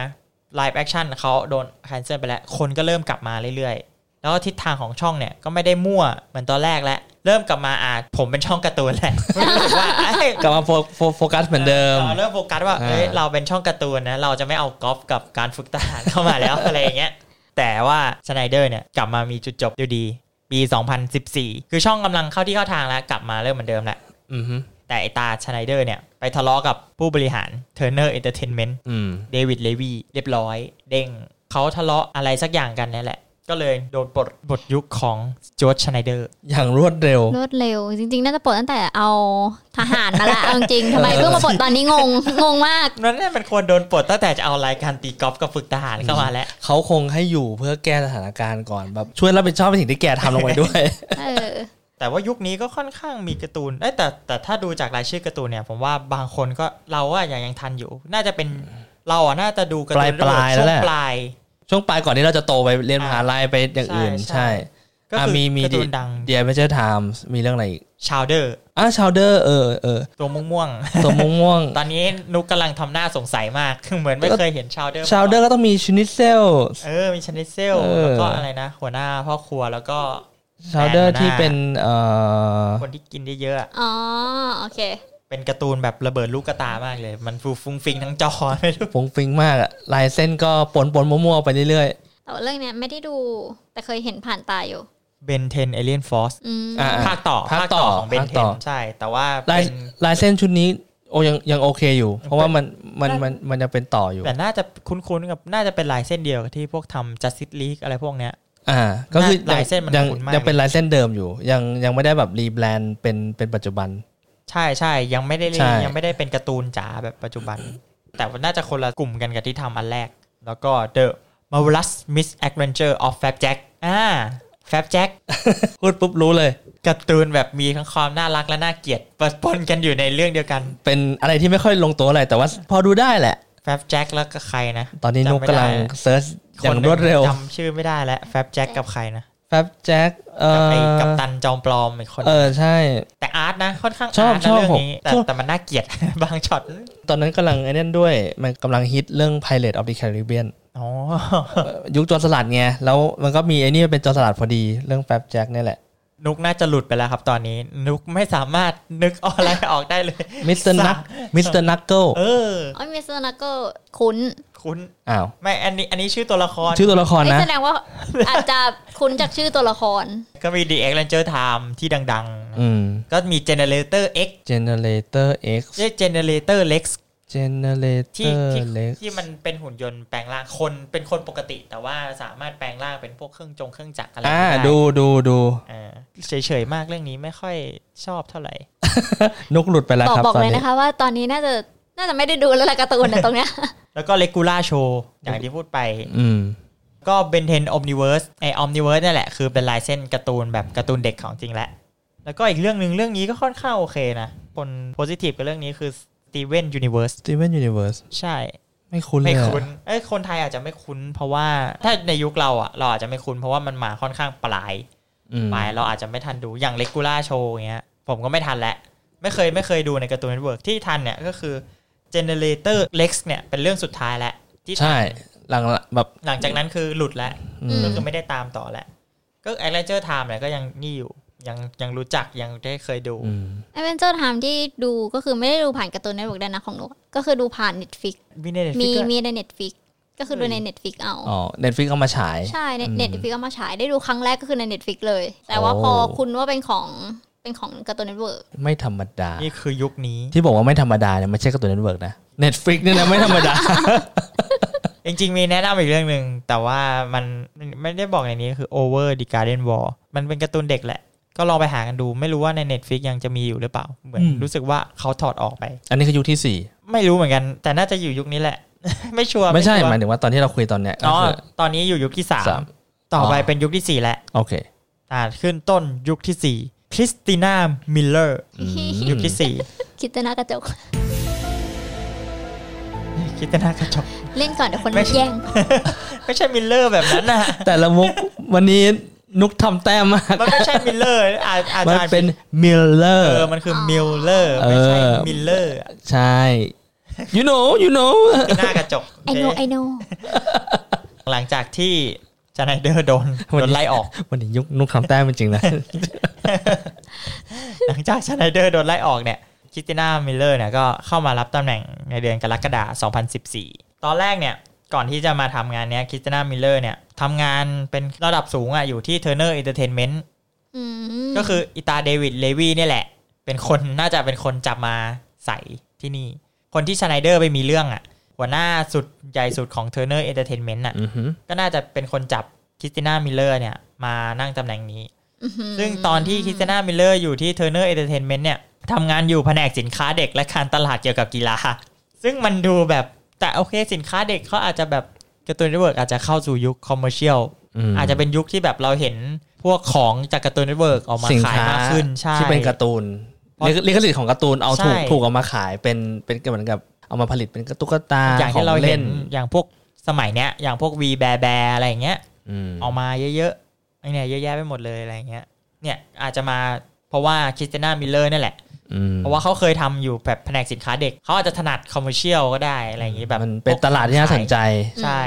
Speaker 2: ไลฟ์แอคชั่นเขาโดนแคนเซิลไปแล้ว คนก็เริ่มกลับมาเรื่อยๆ แล้วทิศทางของช่องเนี่ยก็ไม่ได้มั่วเหมือนตอนแรกแล้วเริ่มกลับมาอ่าผมเป็นช่องการ์ตูนแหละ รู้สึกว่าเอ้ย
Speaker 3: กลับมาโฟโฟโฟกัสเหมือนเดิม
Speaker 2: เราเริ่มโฟกัสว่า
Speaker 3: อ่า
Speaker 2: เอ้ยเราเป็นช่องการ์ตูนนะเราจะไม่เอากอล์ฟกับการฝึกทหารเข้ามาแล้ว อะไรอย่างเงี้ยแต่ว่าสไนเดอร์เนี่ยกลับมามีจุดจบดีๆปี 2014 คือช่องกำลังเข้าที่เข้าทางแล้วกลับมาเริ่มเหมือนเดิมแหละ
Speaker 3: อืมฮึ
Speaker 2: แต่ไอตาชไนเดอร์เนี่ยไปทะเลาะกับผู้บริหาร Turner Entertainment
Speaker 3: อืม
Speaker 2: เดวิดเลวีเรียบร้อย เด้งเขาทะเลาะอะไรสักอย่างกันเนี่ยแหละ ก็เลยโดนปลดบทยุคของจอร์จชไนเดอร์
Speaker 3: อย่างรวดเร็ว
Speaker 4: รวดเร็ว จริง ๆ น่าจะปลดตั้งแต่เอาทหารมาละเอาจริงๆทำไมเพิ่งมาปลดตอนนี้งง งงมาก
Speaker 2: นั่นแหละมันควรโดนปลดตั้งแต่จะเอารายการตีกอล์ฟกับฝึกทหารเข้ามาแล้ว
Speaker 3: เขาคงให้อยู่เพื่อแก้สถานการณ์ก่อนแบบช่วยรับผิดชอบในสิ่งที่แกทำลงไปด้วย
Speaker 4: เออ
Speaker 2: แต่ว่ายุคนี้ก็ค่อนข้างมีการ์ตูนเอ้ยแต่แต่ถ้าดูจากรายชื่อการ์ตูนเนี่ย ผมว่าบางคนก็เราว่าอย่างยังทันอยู่ น่าจะเป็นเราอ่ะน่าจะดูการ์ตูน
Speaker 3: ปลายๆ
Speaker 2: ช่
Speaker 3: แล้ว
Speaker 2: ง
Speaker 3: วแหละ
Speaker 2: ปลาย
Speaker 3: ช่วงปลายก่อนที่เราจะโตไปเรียนมหาลัยไปอย่างอื่น
Speaker 2: ใช่ใช่
Speaker 3: ใช่
Speaker 2: ก็
Speaker 3: อ่ะ
Speaker 2: คือ
Speaker 3: มีมี
Speaker 2: การ์ตูนดัง
Speaker 3: เดียเมเจอร์ไทมส์มีเรื่องอะไรอีก
Speaker 2: ชาวเดอร์
Speaker 3: อ่ะชาวเดอร์เออเออ
Speaker 2: ตัวม่วงๆ
Speaker 3: ตัวม่วงม่วง
Speaker 2: ตอนนี้นุกกำลังทำหน้าสงสัยมาก เหมือนไม่เคยเห็นชาวเดอร์
Speaker 3: ชาวเดอร์ก็ต้องมีชินิเซล
Speaker 2: เออ มีชนิดเซล
Speaker 3: เออ
Speaker 2: แล้วก็อะไรนะ หัวหน้าพ่อครัวแล้วก็
Speaker 3: ชาวเดอร์ที่เป็นเอ่อ
Speaker 2: คนที่กินเยอะๆอะ
Speaker 4: อ๋อ โอเค
Speaker 2: เป็นการ์ตูนแบบระเบิดลูกกระตามากเลย มันฟูฟุ้งฟิงทั้งจอไม่รู้
Speaker 3: ฟงฟิงมากอะลายเส้นก็ปนปนมั่วๆไปเรื่อย
Speaker 4: แต่ว่าเรื่องเนี้ยไม่ได้ดู แต่เคยเห็นผ่านตาอยู่
Speaker 2: เบนเทนเอเลียนฟอส
Speaker 4: อืม
Speaker 3: ๆอ่ะๆ
Speaker 2: ภาคต่อ
Speaker 3: ภาคต่อ
Speaker 2: ของเบน
Speaker 3: ภาค
Speaker 2: เท
Speaker 3: ต่
Speaker 2: น
Speaker 3: อ
Speaker 2: ใช่ แต่ว่า
Speaker 3: ลาย
Speaker 2: เป็น
Speaker 3: ลายเส้นชุดนี้โอยังยังโอเคอยู่ เพราะว่ามันมันมันมันจะเป็นต่ออยู่
Speaker 2: แต่น่าจะคุ้นๆกับน่าจะเป็นลายเส้นเดียวกับที่พวกทำ Justice League อะไรพวกเนี้ย
Speaker 3: อ่า ก็คือ
Speaker 2: ลายเส้นมัน
Speaker 3: ยัง
Speaker 2: คุ้นมาก
Speaker 3: ยังเป็นลายเส้นเดิมอยู่ ยังยังไม่ได้แบบรีแบรนด์เป็นเป็นปัจจุบัน
Speaker 2: ใช่ใช่ยังไม่ได้
Speaker 3: ใช่
Speaker 2: ยังไม่ได้เป็นการ์ตูนจ๋าแบบปัจจุบัน แต่ว่าน่าจะคนละกลุ่มกันกับที่ทำอันแรก แล้วก็ The Marvelous Miss Adventure of Fab Jack อ่า Fab Jack
Speaker 3: พูดปุ๊บรู้เลย
Speaker 2: การ์ตูนแบบมีทั้งความน่ารักและน่าเกลียดปะปนกันอยู่ในเรื่องเดียวกัน
Speaker 3: เป็นอะไรที่ไม่ค่อยลงตัวอะไรแต่ว่าพอดูได้แหละ
Speaker 2: Fab Jack แล้วก็ใครนะ
Speaker 3: ตอนนี้
Speaker 2: จำ
Speaker 3: นุก
Speaker 2: ไม่
Speaker 3: กำลัง
Speaker 2: ได้
Speaker 3: เซิร์ช
Speaker 2: ค
Speaker 3: อย่าง
Speaker 2: นห
Speaker 3: ร
Speaker 2: นึ่
Speaker 3: วดเร็ว
Speaker 2: จำชื่อไม่ได้แล้ว Fab Jack กับใครนะ
Speaker 3: แฟบแจ็คเอ
Speaker 2: กับ
Speaker 3: อ
Speaker 2: ไอ้กัปตันจอมปลอมอีกคน
Speaker 3: เออใช่
Speaker 2: แต่อาร์ตนะค่อนข้าง
Speaker 3: ชอบ
Speaker 2: าร์ตนะ
Speaker 3: ชอบ
Speaker 2: เรื่
Speaker 3: ผม
Speaker 2: นี้แต่
Speaker 3: ชอบ
Speaker 2: แต่มันน่าเกลียด บางช็อต
Speaker 3: ตอนนั้นกำลังไอ้นั่นด้วย มันกำลังฮิตเรื่อง Pirate of the Caribbean
Speaker 2: อ๋อ
Speaker 3: ยุคจอร์นสลัดไงแล้วมันก็มีไอ้นี่เป็นจอร์นสลัดพอดีเรื่องแฟบแจ็คเนี่ยแหละ
Speaker 2: นุกน่าจะหลุดไปแล้วครับตอนนี้ นุกไม่สามารถนึกอะไรออกได้เลย
Speaker 3: มิสเตอ ร์นักมิสเตอร์นักเกิล
Speaker 2: เออ
Speaker 4: อ๋อมิสเตอร์นักก็คุ้น
Speaker 2: คุณ
Speaker 3: อ้าว
Speaker 2: ไม่ อันนี้ อันนี้ชื่อตัวละคร
Speaker 3: ชื่อตัวละคร
Speaker 4: ไอ้
Speaker 3: นะ
Speaker 4: แสดงว่า อาจจะคุ้นจากชื่อตัวละคร
Speaker 2: ก็มี The X Ranger Time ที่ดังๆนะ
Speaker 3: อืม
Speaker 2: ก็มี Generator X
Speaker 3: Generator X
Speaker 2: เอ้ย Generator Lex ที่
Speaker 3: Generator
Speaker 2: ที่
Speaker 3: Lex
Speaker 2: ที่มันเป็นหุ่นยนต์แปลงร่างคนเป็นคนปกติ แต่ว่าสามารถแปลงร่างเป็นพวกเครื่องจงเครื่องจักรอะไร
Speaker 3: อ่า
Speaker 2: ได้
Speaker 3: ดูดูดู
Speaker 2: อ่าเฉยๆมากเรื่องนี้ไม่ค่อยชอบเท่าไหร่
Speaker 3: นุกหลุดไปแล้ว
Speaker 4: บอก
Speaker 3: ครับ
Speaker 4: บอก
Speaker 3: ตอน
Speaker 4: เลย
Speaker 3: นี้
Speaker 4: นะคะว่าตอนนี้น่าจะน่าจะไม่ได้ดูแล้วละการ์ตูนอะตรงเนี้ย
Speaker 2: แล้วก็ Regular Show อย่างที่พูดไป
Speaker 3: อืม
Speaker 2: ก็เบนเทนอมนิเวิร์สไออมนิเวิร์สนี่แหละคือเป็นลายเส้นการ์ตูนแบบการ์ตูนเด็กของจริงแหละ แล้วก็อีกเรื่องหนึ่งเรื่องนี้ก็ค่อนข้างโอเคนะ คนโพสิทีฟกับเรื่องนี้คือสตีเวนยูนิเวิร์ส
Speaker 3: Steven Universe
Speaker 2: ใช่
Speaker 3: ไม่คุ้นเล
Speaker 2: ไม่
Speaker 3: ยอะ
Speaker 2: คุ้นเอ้ยคนไทยอาจจะไม่คุ้น เพราะว่าถ้าในยุคเราอ่ะ เราอาจจะไม่คุ้นเพราะว่ามันมาค่อนข้างปลาย
Speaker 3: อืม
Speaker 2: ปลายเราอาจจะไม่ทันดูอย่างเลกูล่าโชว์เงี้ยผมก็ไม่ทันแหละ ไม่เคยไม่เคยดูในการ์ตูนเน็ตเวิร์กที่ทันเนี่ยก็คือ Generator Lex เนี่ยเป็นเรื่องสุดท้ายแล้วที่ทัน
Speaker 3: ใช่ หลังๆแบบ
Speaker 2: หลังจากนั้นคือหลุดแล้ว
Speaker 3: อืม
Speaker 2: ก็คือไม่ได้ตามต่อแล้วก็แอดเวนเจอร์ไทม์เนี่ยก็ยังนี่อยู่ ยังยังรู้จักยังได้เคยดู
Speaker 3: อืม
Speaker 4: แอดเวนเจอร์ไทม์ที่ดูก็คือไม่ได้ดูผ่านการ์ตูนเน็ตเวิร์กด้วยนะของหนูก็คือดูผ่าน Netflix
Speaker 2: มีในเน็ตฟลิ
Speaker 4: มี
Speaker 2: ก
Speaker 4: มีใน Netflix ก็คือดูใน Netflix เอา
Speaker 3: อ๋อ Netflix เอามาฉาย
Speaker 4: ใช่ใน
Speaker 3: อืม
Speaker 4: Netflix เอามาฉายได้ดูครั้งแรกก็คือใน Netflix เลย แต่ว่า
Speaker 3: โอ้
Speaker 4: พอคุณว่าเป็นของ เป็นของการ์ตูนเน็ตเวิร์ก
Speaker 3: ไม่ธรรมดา
Speaker 2: นี่คือยุคนี้
Speaker 3: ที่บอกว่าไม่ธรรมดาเนี่ยไม่ใช่การ์ตูนเน็ตเวิร์กนะ Netflix เนี่ยนะไม่ธรรม ดา
Speaker 2: จริงๆมีแนะนำอีกเรื่องหนึ่งแต่ว่ามันไม่ได้บอกในนี้คือ Over the Garden Wall มันเป็นการ์ตูนเด็กแหละ ก็ลองไปหากันดู ไม่รู้ว่าใน Netflix ยังจะมีอยู่หรือเปล่า เหมือน
Speaker 3: อืม
Speaker 2: รู้สึกว่าเขาถอดออกไป
Speaker 3: อันนี้คือยุคที่สี่
Speaker 2: ไม่รู้เหมือนกัน แต่น่าจะอยู่ยุคนี้แหละ ไม่ชัวร์
Speaker 3: ไม่ใช่
Speaker 2: ชัว
Speaker 3: ห
Speaker 2: ร์
Speaker 3: มายถึงว่าตอนที่เราคุยตอนเนี้ยก็
Speaker 2: อ๋อ
Speaker 3: คือ
Speaker 2: ตอนนี้อยู่ยุคที่สาม
Speaker 3: สาม
Speaker 2: ต่อไป
Speaker 3: อ๋อ
Speaker 2: เป็นยุคที่สี่แหละ
Speaker 3: โอเค
Speaker 2: อ่าขึ้นต้นยุคที่สี่คริสติน่ามิลเลอร์
Speaker 3: อืม
Speaker 2: ยุคที่สี่
Speaker 4: คิดแต่หน้ากระจก
Speaker 2: คริสติน่ากระจก
Speaker 4: เล่นก่อนเดี๋ยวคน
Speaker 2: ไม่ใช่
Speaker 4: แย่ง
Speaker 2: ไม่ใช่มิลเลอร์แบบนั้นนะ
Speaker 3: แต่ละมุก วันนี้นุกทำแต้มมาก
Speaker 2: มันไม่ใช่มิลเลอร์อาจอาจ
Speaker 3: มั
Speaker 2: จะ
Speaker 3: น
Speaker 2: อ่านผิ
Speaker 3: เป็
Speaker 2: ด
Speaker 3: นมิลเลอ
Speaker 2: เอ
Speaker 3: ร์
Speaker 2: อ มันคือมิลเลอร์ ไม่ใช่
Speaker 3: เออ
Speaker 2: มิลเลอร์
Speaker 3: ใช่ you know you know
Speaker 2: หน้ากระจก
Speaker 4: ไอโน
Speaker 2: โอเค
Speaker 4: ไอโน
Speaker 2: หลังจากที่จานายเดอร์โดน โดนไล่ออก
Speaker 3: วันนี้ยุคนุกทำแต้มจริงๆนะ
Speaker 2: หลังจากจานายเดอร์โดนไล่ออกเนี่ยคริสติน่ามิลเลอร์เนี่ยก็เข้ามารับตำแหน่งในเดือนกรกฎาคม 2014 ตอนแรกเนี่ย ก่อนที่จะมาทำงานเนี้ยคริสติน่ามิลเลอร์เนี่ยทำงานเป็นระดับสูงอ่ะ อยู่ที่ Turner Entertainment
Speaker 4: อืม
Speaker 2: ก็คืออิตาเดวิดเลวีเนี่ยแหละ เป็นคน น่าจะเป็นคนจับมาใส่ที่นี่ คนที่ชไนเดอร์ไปมีเรื่องอ่ะ หัวหน้าสุดใหญ่สุดของ Turner Entertainment อ่ะ
Speaker 3: อือหือ
Speaker 2: ก็น่าจะเป็นคนจับคริสติน่ามิลเลอร์เนี่ยมานั่งตำแหน่งนี้
Speaker 4: อื้อหื
Speaker 2: ซึ่งตอนที่คริสติน่ามิลเลอร์อยู่ที่ Turner Entertainment เนี่ยทำงานอยู่แผนกสินค้าเด็กและการตลาดเกี่ยวกับกีฬา ซึ่งมันดูแบบแต่โอเคสินค้าเด็กเขาอาจจะแบบการ์ตูนเน็ตเวิร์กอาจจะเข้าสู่ยุคคอมเมอร์เชียล
Speaker 3: ม
Speaker 2: อาจจะเป็นยุคที่แบบเราเห็นพวกของจากการ์ตูนเน็ตเวิร์กออกมา
Speaker 3: สิน
Speaker 2: ขา
Speaker 3: ค้าม
Speaker 2: ยากขึ้นใช่
Speaker 3: ที่เป็นการ์ตูน
Speaker 2: เพราะ
Speaker 3: ลิขลิขสิทธิ์ของการ์ตูนเอาถูก
Speaker 2: ใช่
Speaker 3: ถูกเอามาขายเป็นเป็นเหมือนกับเอามาผลิตเป็นตุ๊กตา
Speaker 2: อย่างที่
Speaker 3: ข
Speaker 2: เราเห็น
Speaker 3: ล่
Speaker 2: อย่างพวกสมัยเนี้ยอย่างพวกวีแบแบอะไรอย่างเงี้ย
Speaker 3: อืม
Speaker 2: ออกมาเยอะๆไอเนี่ยเยอะแยะไปหมดเลยอะไรอย่างเงี้ย เนี่ยอาจจะมาเพราะว่าคริสติน่ามิลเลอร์นี่นแหละ
Speaker 3: อืม
Speaker 2: เพราะว่าเขาเคยทำอยู่แบบแผนกสินค้าเด็ก เขาอาจจะถนัดคอมเมอรเชียลก็ได้อะไรอย่างงี้แบบ
Speaker 3: มันเป็นตลาดที่น่าสนใจ
Speaker 2: ใช่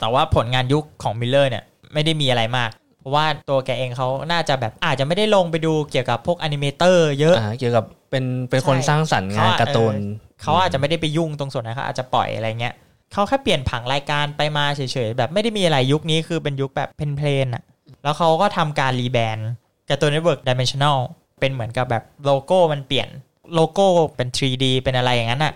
Speaker 2: แต่ว่าผลงานยุคของมิลเลอร์เนี่ยไม่ได้มีอะไรมาก เพราะว่าตัวแกเองเขาน่าจะแบบอาจจะไม่ได้ลงไปดูเกี่ยวกับพวกอนิเมเตอร์เยอะ
Speaker 3: อ่าเกี่ยวกับเป็นเป็นคน
Speaker 2: ใช่
Speaker 3: สร้างสรรค์
Speaker 2: เขา
Speaker 3: งาน
Speaker 2: อะ
Speaker 3: การ์ตูน
Speaker 2: เขาอาจจะไม่ได้ไปยุ่งตรงส่วนนั้นเขาอาจจะปล่อยอะไรเงี้ยเขาแค่เปลี่ยนผังรายการไปมาเฉยๆแบบไม่ได้มีอะไรยุคนี้คือเป็นยุคแบบเพลนๆอ่ะแล้วเขาก็ทำการรีแบรนด์การ์ตูนเน็ตเวิร์กดิเมนชันแนลเป็นเหมือนกับแบบโลโก้มันเปลี่ยนโลโก้เป็น 3D เป็นอะไรอย่างนั้นอ่ะ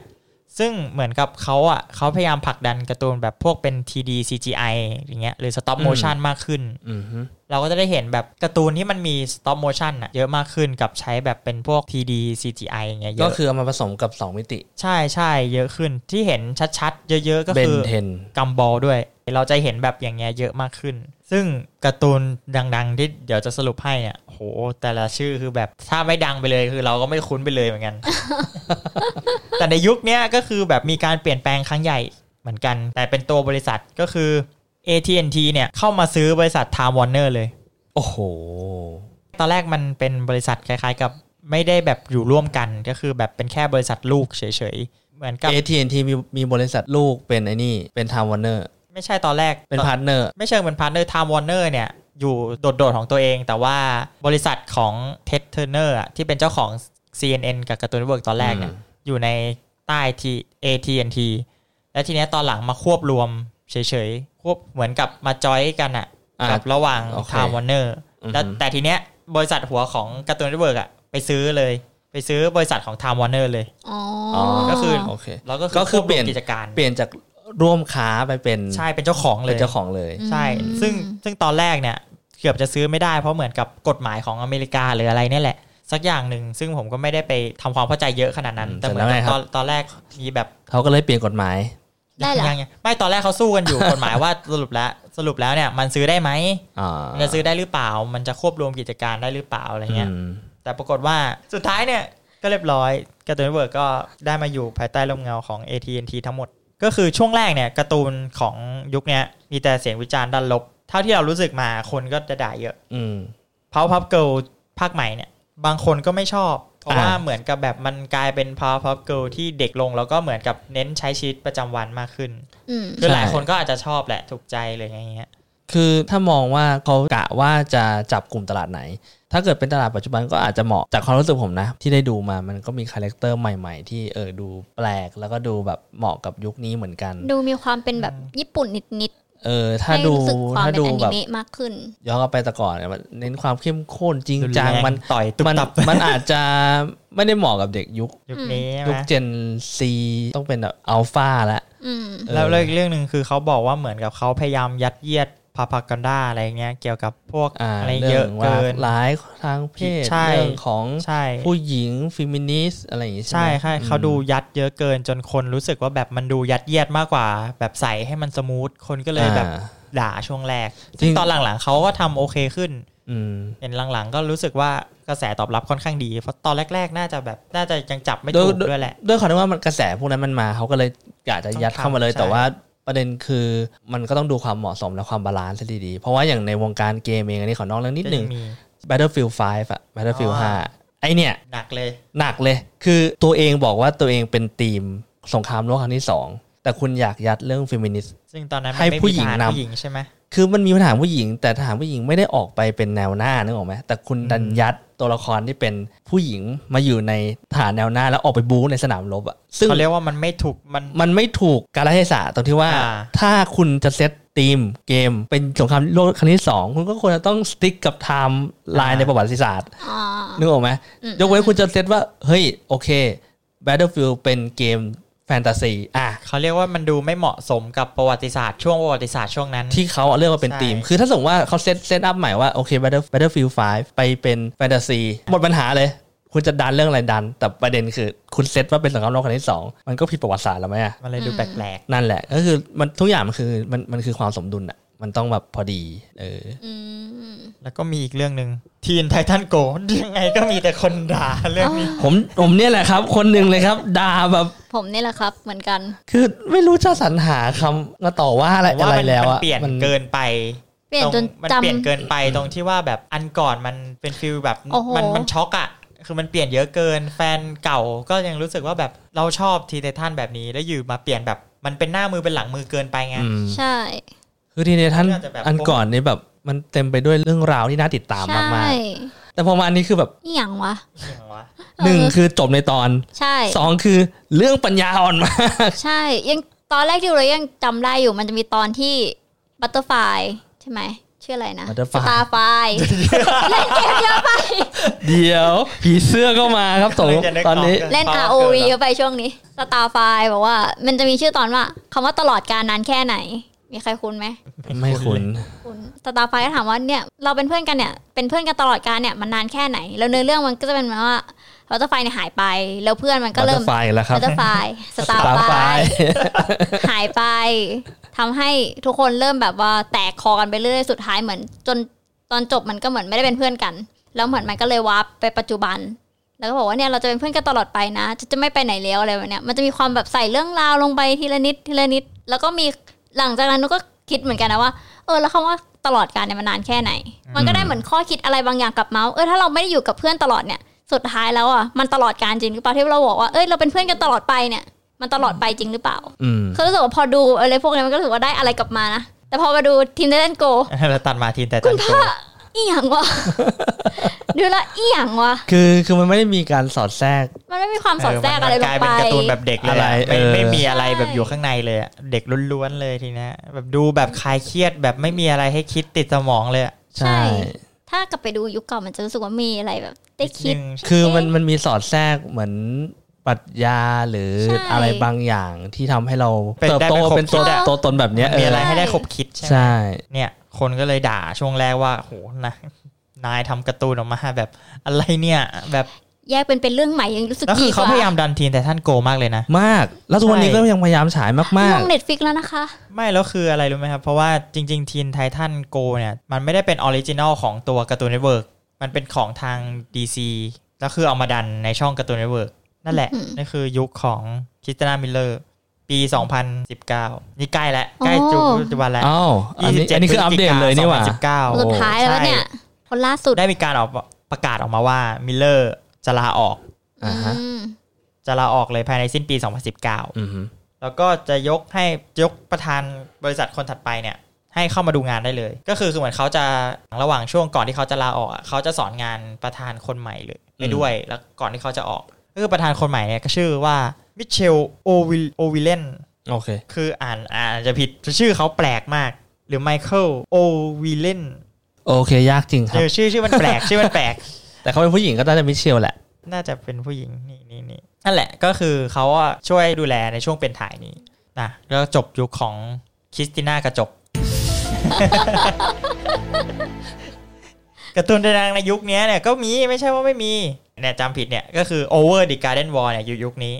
Speaker 2: ซึ่งเหมือนกับเขาอ่ะเขาพยายามผลักดันการ์ตูนแบบพวกเป็น 3D CGI อย่างเงี้ยหรือ stop motion มากขึ้น
Speaker 3: อืมฮึ
Speaker 2: เราก็จะได้เห็นแบบการ์ตูนที่มันมี stop motion อ่ะเยอะมากขึ้นกับใช้แบบเป็นพวก 3D CGI อย่างเงี้ยเย
Speaker 3: ก็
Speaker 2: อะ
Speaker 3: คือเอามาผสมกับ 2 มิติ
Speaker 2: ใช่ใช่เยอะขึ้นที่เห็นชัดๆ เยอะๆ ก็
Speaker 3: เบน
Speaker 2: คือ
Speaker 3: เทน
Speaker 2: กัมบอลด้วย เราจะเห็นแบบอย่างเงี้ยเยอะมากขึ้น ซึ่งการ์ตูนดังๆ ที่เดี๋ยวจะสรุปให้เนี่ยโห แต่ละชื่อคือแบบถ้าไม่ดังไปเลยคือเราก็ไม่คุ้นไปเลยเหมือนกัน แต่ในยุคเนี้ยก็คือแบบมีการเปลี่ยนแปลงครั้งใหญ่เหมือนกัน แต่เป็นตัวบริษัทก็คือ AT&T เนี่ยเข้ามาซื้อบริษัท Time Warner เลย
Speaker 3: โอ้โห
Speaker 2: ตอนแรกมันเป็นบริษัทคล้ายๆ กับไม่ได้แบบอยู่ร่วมกันก็คือแบบเป็นแค่บริษัทลูกเฉยๆเหมือนกับ
Speaker 3: AT&T มีมีบริษัทลูกเป็นไอ้นี่ เป็นไทม์วอร์เนอร์
Speaker 2: ไม่ใช่ตอนแรก
Speaker 3: เป็น
Speaker 2: ตอ
Speaker 3: พาร์ทเนอร์
Speaker 2: ไม่เชิงเป็นพาร์ทเนอร์ไทม์วอร์เนอร์เนี่ย อยู่โดดๆของตัวเอง แต่ว่าบริษัทของเท็ดเทอร์เนอร์ที่เป็นเจ้าของ CNN กับการ์ตูนเวิร์กตอนแรกเนี่ยอยู่ในใต้ที่ AT&T แล้วทีเนี้ยตอนหลังมาควบรวมเฉยๆ ควบเหมือนกับมาจอยกันอะ
Speaker 3: อ่ะ
Speaker 2: กับระหว่าง
Speaker 3: โอเค
Speaker 2: ไทม์วอร์เนอร์แล้ว
Speaker 3: อือหือ
Speaker 2: แต่ทีเนี้ยบริษัทหัวของการ์ตูนเวิร์กอะไปซื้อเลย ไปซื้อบริษัทของไทม์วอร์เนอร์เลย
Speaker 4: อ๋อ
Speaker 3: อ๋อ
Speaker 2: ก็คือ
Speaker 3: โอเค
Speaker 2: แล้วก็
Speaker 3: ก็คือ
Speaker 2: วบรวม
Speaker 3: เปลี่ยน
Speaker 2: กิจการ
Speaker 3: เปลี่ยนจากร่วมค้าไปเป็น
Speaker 2: ใช่เป็นเจ้าของเล
Speaker 3: เป็น
Speaker 2: ย
Speaker 3: เจ้าของเลย
Speaker 2: ใช่ ซึ่งซึ่งตอนแรกเนี่ยเกือบจะซื้อไม่ได้เพราะเหมือนกับกฎหมายของอเมริกาหรืออะไรเนี่ยแหละ สักอย่างหนึ่งซึ่งผมก็ไม่ได้ไปทำความเข้าใจเยอะขนาดนั้น
Speaker 3: อืม
Speaker 2: แต่เหมือนกับ
Speaker 3: แต่แล้วไงครั
Speaker 2: ต
Speaker 3: บ
Speaker 2: อนตอนแรกมีแบบ
Speaker 3: เขาก็เลยเปลี่ยนกฎหมาย
Speaker 4: ได้เหรอ
Speaker 2: ยังยังไม่ตอนแรกเขาสู้กัน อยู่ กฎหมายว่าสรุปแล้วสรุปแล้วเนี่ยมันซื้อได้ไหม
Speaker 3: อ่า
Speaker 2: มันจะซื้อได้หรือเปล่า มันจะควบรวมกิจการได้หรือเปล่าอะไรเงี้ย
Speaker 3: อืม
Speaker 2: แต่ปรากฏว่าสุดท้ายเนี่ยก็เรียบร้อยการ์ตูนเวิร์กก็ได้มาอยู่ภายใต้ร่มเงาของ AT&T ทั้งหมด ก็คือช่วงแรกเนี่ยการ์ตูนของยุคเนี้ยมีแต่เสียงวิจารณ์ด้านลบ เท่าที่เรารู้สึกมาคนก็จะด่าเยอะ
Speaker 3: อืม
Speaker 2: พาวพับเกิลภาคใหม่เนี่ยบางคนก็ไม่ชอบ เพราะว่า
Speaker 3: อ่า
Speaker 2: เหมือนกับแบบมันกลายเป็นพาวพับเกิลที่เด็กลงแล้วก็เหมือนกับเน้นใช้ชีวิตประจำวันมากขึ้น
Speaker 4: อืม
Speaker 2: คือหลายคนก็อาจจะชอบแหละถูกใจเลยอย่างเงี้ย
Speaker 3: คือถ้ามองว่าเขากะว่าจะจับกลุ่มตลาดไหน ถ้าเกิดเป็นตลาดปัจจุบันก็อาจจะเหมาะจากความรู้สึกผมนะ ที่ได้ดูมามันก็มีคาแรคเตอร์ใหม่ๆ ที่เออดูแปลกแล้วก็ดูแบบเหมาะกับยุคนี้เหมือนกัน
Speaker 4: ดูมีความเป็นแบบญี่ปุ่นนิด
Speaker 3: เออถ้า
Speaker 4: ให้
Speaker 3: ดู
Speaker 4: รู้สึกความ
Speaker 3: ถ้า
Speaker 4: เป็
Speaker 3: ดู
Speaker 4: นอนิ
Speaker 3: แบบ
Speaker 4: เมะมากขึ้น
Speaker 3: ย้อนกลับไปแต่ก่อนเนี่ยมันเน้นความเข้มข้นจริง
Speaker 2: รุ
Speaker 3: จัง
Speaker 2: แร
Speaker 3: มัน
Speaker 2: ต่อยตุบ
Speaker 3: มัน
Speaker 2: ตั บ
Speaker 3: มันอาจจะไม่ได้เหมาะกับเด็กยุค
Speaker 2: ยุคนี้
Speaker 3: ยุค
Speaker 2: นะ
Speaker 3: เจนซีต้องเป็นแบบอัลฟาละ
Speaker 4: อืม
Speaker 3: เออ
Speaker 2: แล้วอีกเรื่องหนึ่งคือเขาบอกว่าเหมือนกับเขาพยายามยัดเยียดพาพากันด้าอะไรเงี้ยเกี่ยวกับพวก
Speaker 3: อ่า
Speaker 2: อะไรเย
Speaker 3: เรื่อ
Speaker 2: อะ
Speaker 3: งว่า
Speaker 2: เกิน
Speaker 3: ร้ายทางเพศ
Speaker 2: ใช่
Speaker 3: เรื่องของ
Speaker 2: ใช่
Speaker 3: ผู้หญิงฟิมินิสต์อะไรอย่างงี้ใช่
Speaker 2: ใช่
Speaker 3: ไหม
Speaker 2: ใช่
Speaker 3: อืม
Speaker 2: เขาดูยัดเยอะเกินจนคนรู้สึกว่าแบบมันดูยัดเยียดมากกว่า แบบใส่ให้มันสมูทคนก็เลยแบบ
Speaker 3: อ่า
Speaker 2: ด่าช่วงแรก
Speaker 3: จริ
Speaker 2: ซึ่ง
Speaker 3: ง
Speaker 2: ตอนหลังๆเขาก็ทำโอเคขึ้น
Speaker 3: อืม
Speaker 2: เห็นหลังๆ ก็รู้สึกว่ากระแสตอบรับค่อนข้างดี เพราะตอนแรกๆ น่าจะแบบ น่าจะยังจับไม่ถูกด้วยแหละ
Speaker 3: ด้วยความที่ว่ามันกระแสพวกนั้นมันมาเขาก็เลยอยากจะยัดเข้ามาเลย
Speaker 2: ต้องทำใช่
Speaker 3: แต่ว่าประเด็นคือมันก็ต้องดูความเหมาะสมและความบาลานซ์ให้ดีๆ เพราะว่าอย่างในวงการเกมเองอันนี้ขอนอกเรื่องนิดหนึ่ง
Speaker 2: ก็ยัมี
Speaker 3: Battlefield 5อะ Battlefield
Speaker 2: อ๋อ
Speaker 3: 5 ไอเนี่ย
Speaker 2: หนักเลย
Speaker 3: หนักเลย คือตัวเองบอกว่าตัวเองเป็นทีมสงครามโลกครั้งที่ 2 แต่คุณอยากยัดเรื่องฟิมินิสต์
Speaker 2: ซึ่งตอนนั้นมัน
Speaker 3: ให้
Speaker 2: ไม่มี
Speaker 3: ผู้หญิง
Speaker 2: ทาน
Speaker 3: ำ
Speaker 2: ผู้หญิงใช่ไหม
Speaker 3: คือมันมีปัญหาผู้หญิง แต่ทหารผู้หญิงไม่ได้ออกไปเป็นแนวหน้านึกออกไหมแต่คุณดัน
Speaker 2: อืม
Speaker 3: ยัดตัวละครที่เป็นผู้หญิงมาอยู่ในฐานแนวหน้าแล้วออกไปบู๊ในสนามรบอะซึ่ง
Speaker 2: เขาเรียกว่ามันไม่ถูกมัน
Speaker 3: มันไม่ถูกกาลเทศะตรงที่ว่า
Speaker 2: อ่า
Speaker 3: ถ้าคุณจะเซตทีมเกม เป็นสงครามโลกครั้งที่ 2 คุณก็ควรจะต้องสติ๊กกับไทม์ไลน์ในประวัติศาสตร์
Speaker 4: อ่า
Speaker 3: นึกออกไหม
Speaker 4: อืม
Speaker 3: ยกเว้นคุณจะเซตว่า เฮ้ย โอเค Battlefield เป็นเกมแฟนตาซีอ่ะ
Speaker 2: เขาเรียกว่ามันดูไม่เหมาะสมกับประวัติศาสตร์ช่วงประวัติศาสตร์ช่วงนั้น
Speaker 3: ที่เขาเอาเลือกมาเป็น
Speaker 2: ใช่
Speaker 3: ทีม คือถ้าสมมติว่าเขาเซตเซตอัพใหม่ว่า โอเค Battle- Battlefield 5 ไปเป็นแฟนตาซีหมดปัญหาเลย คุณจะดันเรื่องอะไรดัน แต่ประเด็นคือ คุณเซตว่าเป็นสงครามโลกครั้งที่สองมันก็ผิดประวัติศาสตร์แล้วไหมอะ
Speaker 2: มันเลยดูแปลก
Speaker 3: นั่นแหละ ก็คือมันทุกอย่างมันคือมันมันคือความสมดุลอะมันต้องแบบพอดีเออ
Speaker 4: อืม
Speaker 2: ๆ แล้วก็มีอีกเรื่องหนึ่งทีนไททันโกยังไงก็มีแต่คนด่าเรื่องนี้
Speaker 3: ผมผมเนี่ยแหละครับ คนหนึ่งเลยครับด่าแบบ
Speaker 4: ผมนี่แหละครับ เหมือนกัน
Speaker 3: คือไม่รู้จะสรรหาคำมาต่อว่าอะไร
Speaker 2: ผม
Speaker 3: อะ
Speaker 2: ว่า
Speaker 3: ไร
Speaker 2: มัน
Speaker 3: แล้ว
Speaker 2: มั
Speaker 3: อะ
Speaker 2: นเปลี่ยน
Speaker 3: มั
Speaker 2: เกินไป
Speaker 4: เปลี่ยน
Speaker 2: ตรง
Speaker 4: จน
Speaker 2: มัน
Speaker 4: จำ
Speaker 2: เปลี่ยนเกินไปตรงที่ว่าแบบอันก่อนมันเป็นฟิลแบบ
Speaker 4: โอ้โห
Speaker 2: มันมันช็อกอะคือมันเปลี่ยนเยอะเกิน แฟนเก่าก็ยังรู้สึกว่าแบบเราชอบทีเททันแบบนี้แล้วอยู่มาเปลี่ยนแบบมันเป็นหน้ามือเป็นหลังมือเกินไปไง
Speaker 3: อืม
Speaker 4: ใช่
Speaker 3: คือทีเนี้ยท่าน
Speaker 2: ก็อาจจะแบบ
Speaker 3: อันก่อนนี่แบบมันเต็มไปด้วยเรื่องราวที่น่าติดตาม
Speaker 4: ใช่
Speaker 3: มากๆ แต่พอมาอันนี้คือแบบ
Speaker 4: นี่ยังวะ
Speaker 2: อย่างวะ
Speaker 3: หนึ่ง
Speaker 4: เออ
Speaker 3: คือจบในตอน
Speaker 4: ใช่
Speaker 3: สองคือเรื่องปัญญาอ่อนมาก
Speaker 4: ใช่ ยังตอนแรกที่เรายังจำได้อยู่ มันจะมีตอนที่บัตเตอร์ไฟใช่ไหมชื่ออะไรนะ
Speaker 3: Butterfly
Speaker 4: ตาไฟเล่นเกมเยอะไป
Speaker 3: เดี๋ยว ผีเสื้อก็มาครับตรง
Speaker 2: กำลังจะนึก
Speaker 3: ตอนนี้
Speaker 2: ก
Speaker 4: เล่น
Speaker 2: ว่า
Speaker 4: ROV
Speaker 2: เกิด
Speaker 4: เย
Speaker 2: แล้ว
Speaker 4: อะไปช่วงนี้สตาร์ไฟบอกว่า มันจะมีชื่อตอนว่าคำว่าตลอดการนานแค่ไหน มีใครคุ้นไหม
Speaker 3: ไม่คุ้น
Speaker 4: คุ้นสตาร์ไฟก็ถามว่าเนี่ยเราเป็นเพื่อนกันเนี่ยเป็นเพื่อนกันตลอดการเนี่ยมันนานแค่ไหน แล้วเนื้อเรื่องมันก็จะเป็นแบบว่าบัตเตอร์ไฟเนี่ยหายไป แล้วเพื่อนมันก็เริ่ม
Speaker 3: ไฟแล้วครับ
Speaker 4: บัตเตอร์ไฟ สตาร์
Speaker 3: ตา
Speaker 4: ไฟ
Speaker 3: ไฟ
Speaker 4: หายไปทำให้ทุกคนเริ่มแบบว่าแตกคอกันไปเรื่อยๆสุดท้ายเหมือน จนตอนจบมันก็เหมือนไม่ได้เป็นเพื่อนกัน แล้วเหมือนมันก็เลยวาร์ปไปปัจจุบัน แล้วก็บอกว่าเนี่ยเราจะเป็นเพื่อนกันตลอดไปนะ จะจะไม่ไปไหนแล้วอะไรแบบเนี้ยมันจะมีความแบบใส่เรื่องราวลงไปทีละนิดทีละนิด แล้วก็มีหลังจากนั้นนุกก็คิดเหมือนกันนะว่า เออแล้วคำว่าตลอดการเนี่ยมันนานแค่ไหน มันก็ได้เหมือนข้อคิดอะไรบางอย่างกลับเมาส์เออถ้าเราไม่ได้อยู่กับเพื่อนตลอดเนี่ย สุดท้ายแล้วอ่ะมันตลอดการจริงหรือเปล่าที่เราบอกว่าเอ้ยเราเป็นเพื่อนกันตลอดไปเนี่ย มันตลอดไปจริงหรือเปล่า
Speaker 3: อืม
Speaker 4: คือรู้สึกว่าพอดูอะไรพวกนี้มันก็รู้สึกว่าได้อะไรกลับมานะแต่พอมาดูทีมเดนโก
Speaker 2: แล้วตัดมาทีนไททั
Speaker 4: คุณ
Speaker 2: นโก
Speaker 4: พ่ออีหยังวะ ดูและอีหยังวะ
Speaker 3: คือคือมันไม่ได้มีการสอดแทรก
Speaker 4: มันไม่มีความสอดแทรกอะไรล
Speaker 2: ก
Speaker 4: ง
Speaker 2: ลาย
Speaker 4: ไป
Speaker 2: เป็นการ์ตูนแบบเด็กเลย
Speaker 3: อะไร
Speaker 2: อะ
Speaker 3: เอ
Speaker 2: ไม่
Speaker 3: อ
Speaker 2: ไม่มีอะไรแบบอยู่ข้างในเลยอะเด็กล้วนๆเลยทีเนี้ยแบบดูแบบคลายเครียดแบบไม่มีอะไรให้คิดติดสมองเลยอะ
Speaker 4: ใช่ ถ้ากลับไปดูยุคเก่ามันจะรู้สึกว่ามีอะไรแบบ ได้คิด
Speaker 3: คือมันมันมีสอดแทรกเหมือนปรัชญาหรือ
Speaker 4: ใช่
Speaker 3: อะไรบางอย่างที่ทำให้เรา
Speaker 2: เป็น
Speaker 3: เติบ
Speaker 2: ได้
Speaker 3: โต
Speaker 2: เป็นคน
Speaker 3: เป็นตัว
Speaker 2: คิดอะ
Speaker 3: ตัวตนแบบเนี้ยเอ
Speaker 2: มี
Speaker 3: อ
Speaker 2: อะไรให้ได้ขบคิดใช่ไหม
Speaker 3: ใช่
Speaker 2: เนี่ยคนก็เลยด่าช่วงแรกว่าโหนะนายทำการ์ตูนออกมาแบบอะไรเนี่ยแบบ
Speaker 4: แยกเป็นเป็นเรื่องใหม่ยังรู้สึก
Speaker 2: แล้วคื
Speaker 4: ดี
Speaker 2: อก เขา
Speaker 4: ว่า
Speaker 2: พยายามดันทีนแต่ท่านโกมากเลยนะ
Speaker 3: มาก แล้วทุกวันนี้
Speaker 2: ใช่
Speaker 3: ก็ยังพยายามฉายมาก
Speaker 4: ลงเน็ตฟิกแล้วนะคะ
Speaker 2: ไม่แล้วคืออะไรรู้ไหมครับ เพราะว่าจริง ๆ ทีนไททันโกเนี่ย มันไม่ได้เป็นออริจินอลของตัวการ์ตูนเน็ตเวิร์กมันเป็นของทาง DC แล้วคือเอามาดันในช่องการ์ตูนเน็ตเวิร์กนั่นแหละ
Speaker 4: อืม
Speaker 2: นั่นคือยุคของคิสตนามิลเลอร์ปี 2019 นี่ใกล้แล้วใกล้
Speaker 4: โอ้
Speaker 2: จุปัจจุบันแล้ว
Speaker 3: ๆ อ้าว อันนี้
Speaker 2: 27
Speaker 3: อันนี้คืออัปเดตเลยนี่ห
Speaker 2: พ
Speaker 3: ว่า
Speaker 2: ฤศจิกยน
Speaker 3: โอ้
Speaker 4: สุดท้ายแล้ว
Speaker 2: ใช่
Speaker 4: เนี่ยคนล่าสุด
Speaker 2: ได้มีการออกประกาศออกมาว่ามิลเลอร์จะลาออก
Speaker 3: อ่าฮะ
Speaker 4: อืม
Speaker 2: จะลาออกเลยภายในสิ้นปี
Speaker 3: อือฮึ
Speaker 2: 2019 แล้วก็จะยกให้ยกประธานบริษัทคนถัดไปเนี่ย ให้เข้ามาดูงานได้เลย ก็คือคือเหมือนเขาจะระหว่างช่วงก่อนที่เขาจะลาออกอะเขาจะสอนงานประธานคนใหม่เลยไปด้วยแล้วก่อนที่เขาจะออกก็คือประธานคนใหม่เนี่ยก็ชื่อว่ามิเชลโอวิลโอวิเลน
Speaker 3: โอเค
Speaker 2: คืออ่านอ่านอาจจะผิดชื่อเขาแปลกมาก หรือไมเคิลโอวีเลน
Speaker 3: โอเคยากจริงครับ
Speaker 2: เออชื่อชื่อมันแปลก ชื่อมันแปลก
Speaker 3: แต่เขาเป็นผู้หญิงก็น่าจะมิเชลแหละ
Speaker 2: น่าจะเป็นผู้หญิงนี่นี่นี่นั่นแหละก็คือเขาอะช่วยดูแลในช่วงเป็นถ่ายนี้นะแล้วจบยุคของคริสติน่ากระจก การ์ตูนดังในยุคเนี้ยเนี่ยก็มีไม่ใช่ว่าไม่มีเนี่ยจำผิดเนี่ยก็คือ Over the Garden Wall เนี่ยอยู่ยุคนี้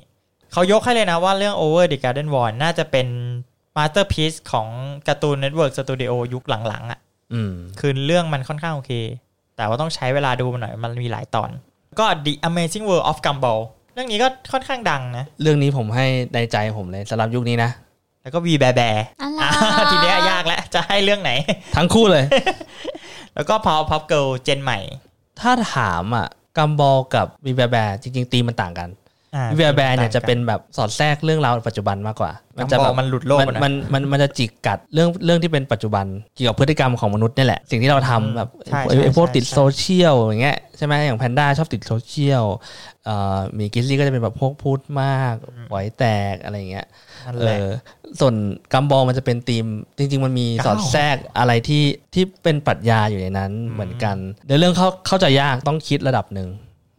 Speaker 2: เขายกให้เลยนะว่าเรื่อง Over the Garden Wall น่าจะเป็น masterpiece ของการ์ตูน Network Studio ยุคหลังๆอะ
Speaker 3: อืม
Speaker 2: คือเรื่องมันค่อนข้างโอเค แต่ว่าต้องใช้เวลาดูมันหน่อย มันมีหลายตอน ก็ The Amazing World of Gumball เรื่องนี้ก็ค่อนข้างดังนะ
Speaker 3: เรื่องนี้ผมให้ในใจผมเลยสำหรับยุคนี้นะ
Speaker 2: แล้วก็วีแบแบ
Speaker 4: อะไร
Speaker 2: อ่า ทีเนี้ยยากแล้ว จะให้เรื่องไหน
Speaker 3: ทั้งคู่เลย
Speaker 2: แล้วก็ Power Pop Girl เจนใหม่
Speaker 3: ถ้าถามอ่ะกัมบอลกับวีแบร์แบร์จริง ๆ ตีมมันต่างกัน
Speaker 2: อ่า
Speaker 3: วีแบร์แบร์เนี่ยจะเป็นแบบสอดแทรกเรื่องราวปัจจุบันมากกว่า
Speaker 2: มั
Speaker 3: มันน
Speaker 2: จะ
Speaker 3: จะ
Speaker 2: แบ
Speaker 3: แบบ บ
Speaker 2: มันหลุดโลก
Speaker 3: มัน
Speaker 2: อะะ
Speaker 3: มันมันมันจะจิกกัดเรื่องเรื่องที่เป็นปัจจุบันเกี่ยวกับพฤติกรรมของมนุษย์นี่แหละ สิ่งที่เราทำแบบ
Speaker 2: ใช่ใช่
Speaker 3: ไอ้ไอ้พวก
Speaker 2: ใช่
Speaker 3: ติด
Speaker 2: ใช่
Speaker 3: โซเชียลอย่างเงี้ยใช่ไหมอย่างแพนด้าชอบติดโซเชียลเอ่อหมีกิซลี่ก็จะเป็นแบบพวกพูดมากไหวแตกอะไรอย่างเงี้ย
Speaker 2: นั่น
Speaker 3: เอ
Speaker 2: แหละ
Speaker 3: อส่วนกัมบอลมันจะเป็นธีม จริง ๆ มันมี
Speaker 2: อ้าว
Speaker 3: สอดแทรกอะไรที่ที่เป็นปรัชญาอยู่ในนั้นเหมือนกันเดี๋ยวเรื่องเข้าเข้าใจยากต้องคิดระดับหนึ่ง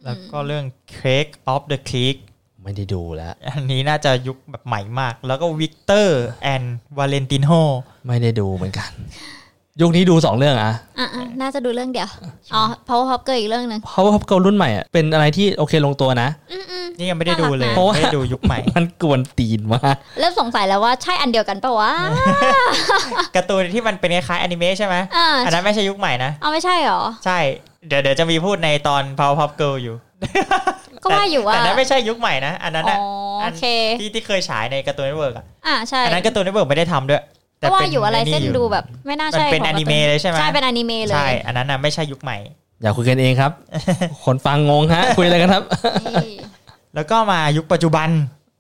Speaker 2: แล้วก็เรื่อง Cake of the Click
Speaker 3: ไม่ได้ดูแล้ว
Speaker 2: อันนี้น่าจะยุคแบบใหม่มาก แล้วก็ Victor and Valentino
Speaker 3: ไม่ได้ดูเหมือนกัน ยุคนี้ดูสองเรื่องอะ
Speaker 4: อ่ะอ่ะน่าจะดูเรื่องเดียว อ๋อ Powerpuff Girl อีกเรื่องหนึ่ง
Speaker 3: เพราะว่าเการุ่นใหม่อะเป็นอะไรที่โอเคลงตัวนะ
Speaker 4: อืม
Speaker 2: นี่ยังไม่ได้ดูเลย
Speaker 4: น่ารักนะ
Speaker 3: เพราะว่า
Speaker 2: ไม่ได้ดูยุค ใหม่
Speaker 3: มันกวนตีนมาก
Speaker 4: ๆเริ่มสงสัยแล้วว่าใช่อันเดียวกันปะวะ
Speaker 2: การ์ตูนที่มันเป็นคล้ายๆอนิเมะใช่ไหม
Speaker 4: อ่า
Speaker 2: อันนั้นไม่ใช่ยุคใหม่นะ
Speaker 4: เอาไม่ใช่หรอ
Speaker 2: ใช่ เดี๋ยวเดี๋ยวจะมีพูดในตอน Powerpuff Girl อยู่
Speaker 4: ก็ว่าอยู่ว่า
Speaker 2: แต่แต่นั้นไม่ใช่ยุคใหม่นะ อันนั้น
Speaker 4: อ๋อ
Speaker 2: น่ะ
Speaker 4: โอเค
Speaker 2: ที่ที่เคยฉายในการ์ตูนเน็ตเวิร์กอะ
Speaker 4: อ่าใช่
Speaker 2: อันนั้นการ์ตูนเน็ตเวิร์กไม่ได้ทำด้วย
Speaker 4: ก็ว่าอยู่อะไร
Speaker 2: ป็
Speaker 4: เส้น
Speaker 2: ยู่
Speaker 4: ดูแบบ ไม่น่า
Speaker 2: มัน
Speaker 4: ใช่
Speaker 2: เป็น
Speaker 4: ขง
Speaker 2: อนิเมะเลยใช่ไหม
Speaker 4: ใช่เป็นอนิเมะเล
Speaker 2: ใช่
Speaker 4: ย
Speaker 2: อันนั้นนะไม่ใช่ยุคใหม่
Speaker 3: อย่าคุยกันเองครับ คนฟังงงฮะ คุยอะไรกันครับ
Speaker 4: นี่
Speaker 2: แล้วก็มายุคปัจจุบัน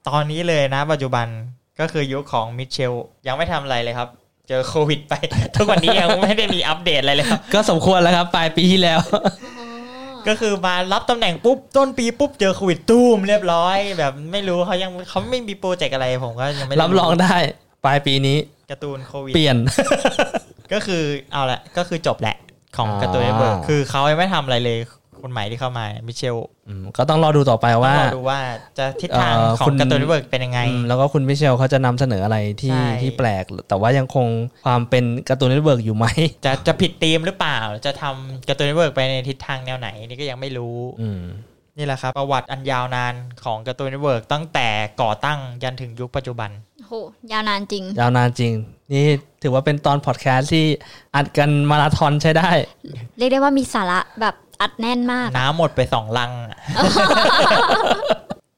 Speaker 2: ตอนนี้เลยนะ ปัจจุบันก็คือยุคของมิเชลยังไม่ทำอะไรเลยครับ เจอโควิดไป ทุกวันนี้ยังไม่ได้มีอัปเดตอะไร เลยครับ
Speaker 3: ก็สมควรแล้วครับปลายปีที่แล้ว
Speaker 4: อ๋อ
Speaker 2: ก็คือมารับตำแหน่งปุ๊บต้นปีปุ๊บเจอโควิดตูมเรียบร้อย แบบไม่รู้เขายังเขาไม่มีโปรเจกต์อะไรผมก็ยังไม่ได้
Speaker 3: รับรองได้ ปลายปีนี้
Speaker 2: การ์ตูนโควิด
Speaker 3: เปลี่ยน
Speaker 2: ก็คือเอาละก็คือจบแหละของ
Speaker 3: อ่า
Speaker 2: การ์ตูนเน็ตเวิร์กคือเขายังไม่ทำอะไรเลยคนใหม่ที่เข้ามามิเชล
Speaker 3: อืมก็ต้องรอดูต่อไปว่า
Speaker 2: ต้องรอดูว่าจะทิศทาง
Speaker 3: เอ่อ
Speaker 2: ขอ
Speaker 3: คุ
Speaker 2: ง
Speaker 3: ณ
Speaker 2: การ์ตูนเน็ตเวิร์กเป็นยังไง
Speaker 3: อืมแล้วก็คุณมิเชลเขาจะนำเสนออะไรที่
Speaker 2: ใช่
Speaker 3: ที่แปลก แต่ว่ายังคงความเป็นการ์ตูนเน็ตเวิร์กอยู่ไหม
Speaker 2: จะจะผิดธีมหรือเปล่า จะทำการ์ตูนเน็ตเวิร์กไปในทิศทางแนวไหนนี่ก็ยังไม่รู้
Speaker 3: อืม
Speaker 2: นี่แหละครับ ประวัติอันยาวนานของการ์ตูนเน็ตเวิร์กตั้งแต่ก่อตั้งยันถึงยุคปัจจุบัน
Speaker 4: โหยาวนานจริง
Speaker 3: ยาวนานจริง นี่ถือว่าเป็นตอนพอดแคสต์ที่อัดกันมาราธอนใช้ได้
Speaker 4: เรียกได้ว่ามีสาระแบบอัดแน่นมาก
Speaker 2: น้ำหมดไปสองลังอะ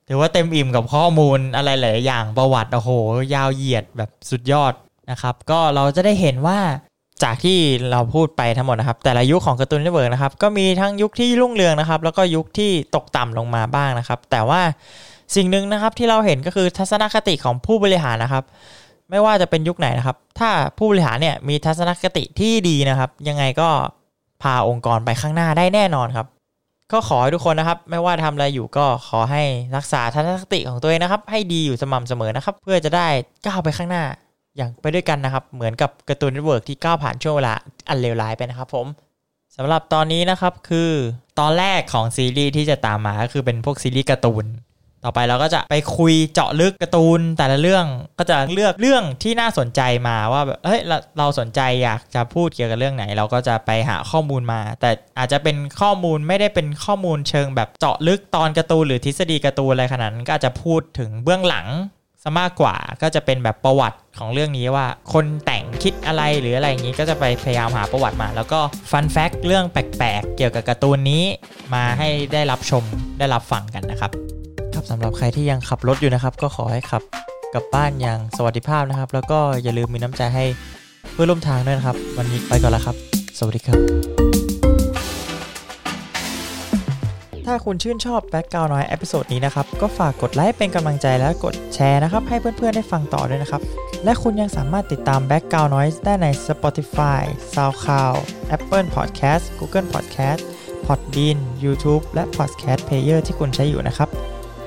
Speaker 2: ถือว่าเต็มอิ่มกับข้อมูลอะไรหลายอย่างประวัติโอ้โห ยาวเหยียดแบบสุดยอดนะครับ ก็เราจะได้เห็นว่าจากที่เราพูดไปทั้งหมดนะครับ แต่ละยุคของการ์ตูนเน็ตเวิร์กนะครับ ก็มีทั้งยุคที่รุ่งเรืองนะครับ แล้วก็ยุคที่ตกต่ำลงมาบ้างนะครับ แต่ว่าสิ่งหนึ่งนะครับที่เราเห็นก็คือทัศนคติของผู้บริหารนะครับ ไม่ว่าจะเป็นยุคไหนนะครับ ถ้าผู้บริหารเนี่ยมีทัศนคติที่ดีนะครับ ยังไงก็พาองค์กรไปข้างหน้าได้แน่นอนครับ ก็ขอให้ทุกคนนะครับ ไม่ว่าทำอะไรอยู่ก็ขอให้รักษาทัศนคติของตัวเองนะครับ ให้ดีอยู่สม่ำเสมอนะครับ เพื่อจะได้ก้าวไปข้างหน้า อย่างไปด้วยกันนะครับ เหมือนกับการ์ตูนเน็ตเวิร์กที่ก้าวผ่านช่วงเวลาอันเลวร้ายไปนะครับ ผมสำหรับตอนนี้นะครับคือตอนแรกของซีรีส์ที่จะตามมาก็คือเป็นพวกซีรีส์การ์ตูน ต่อไปเราก็จะไปคุยเจาะลึกการ์ตูนแต่ละเรื่องก็จะเลือกเรื่องที่น่าสนใจมาว่าแบบเฮ้ยเราเราสนใจอยากจะพูดเกี่ยวกับเรื่องไหน เราก็จะไปหาข้อมูลมา แต่อาจจะเป็นข้อมูลไม่ได้เป็นข้อมูลเชิงแบบเจาะลึกตอนการ์ตูนหรือทฤษฎีการ์ตูนอะไรขนาดนั้นก็อาจจะพูดถึงเบื้องหลังซะมากกว่าก็จะเป็นแบบประวัติของเรื่องนี้ว่า คนแต่งคิดอะไรหรืออะไรอย่างนี้ก็จะไปพยายามหาประวัติมา แล้วก็ฟันแฟกเรื่องแปลกๆเกี่ยวกับการ์ตูนนี้ มาให้ได้รับชมได้รับฟังกันนะครับ ครับสำหรับใครที่ยังขับรถอยู่นะครับ ก็ขอให้ขับกลับบ้านอย่างสวัสดิภาพนะครับ แล้วก็อย่าลืมมีน้ำใจให้เพื่อนร่วมทางด้วยนะครับ วันนี้ไปก่อนแล้วครับ สวัสดีครับ ถ้าคุณชื่นชอบแบ็กกราวน้อยเอพิโซดนี้นะครับ ก็ฝากกดไลค์เป็นกำลังใจและกดแชร์นะครับ ให้เพื่อนๆได้ฟังต่อด้วยนะครับ และคุณยังสามารถติดตามแบ็กกราวน้อยได้ใน Spotify, SoundCloud, Apple Podcast, Google Podcast, Podbean, YouTube และ Podcast Player ที่คุณใช้อยู่นะครับ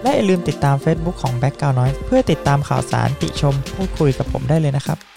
Speaker 2: และอย่าลืมติดตาม Facebook ของ b a c k g r o u n d Noise เพื่อติดตามข่าวสารติชมพูดคุยกับผมได้เลยนะครับ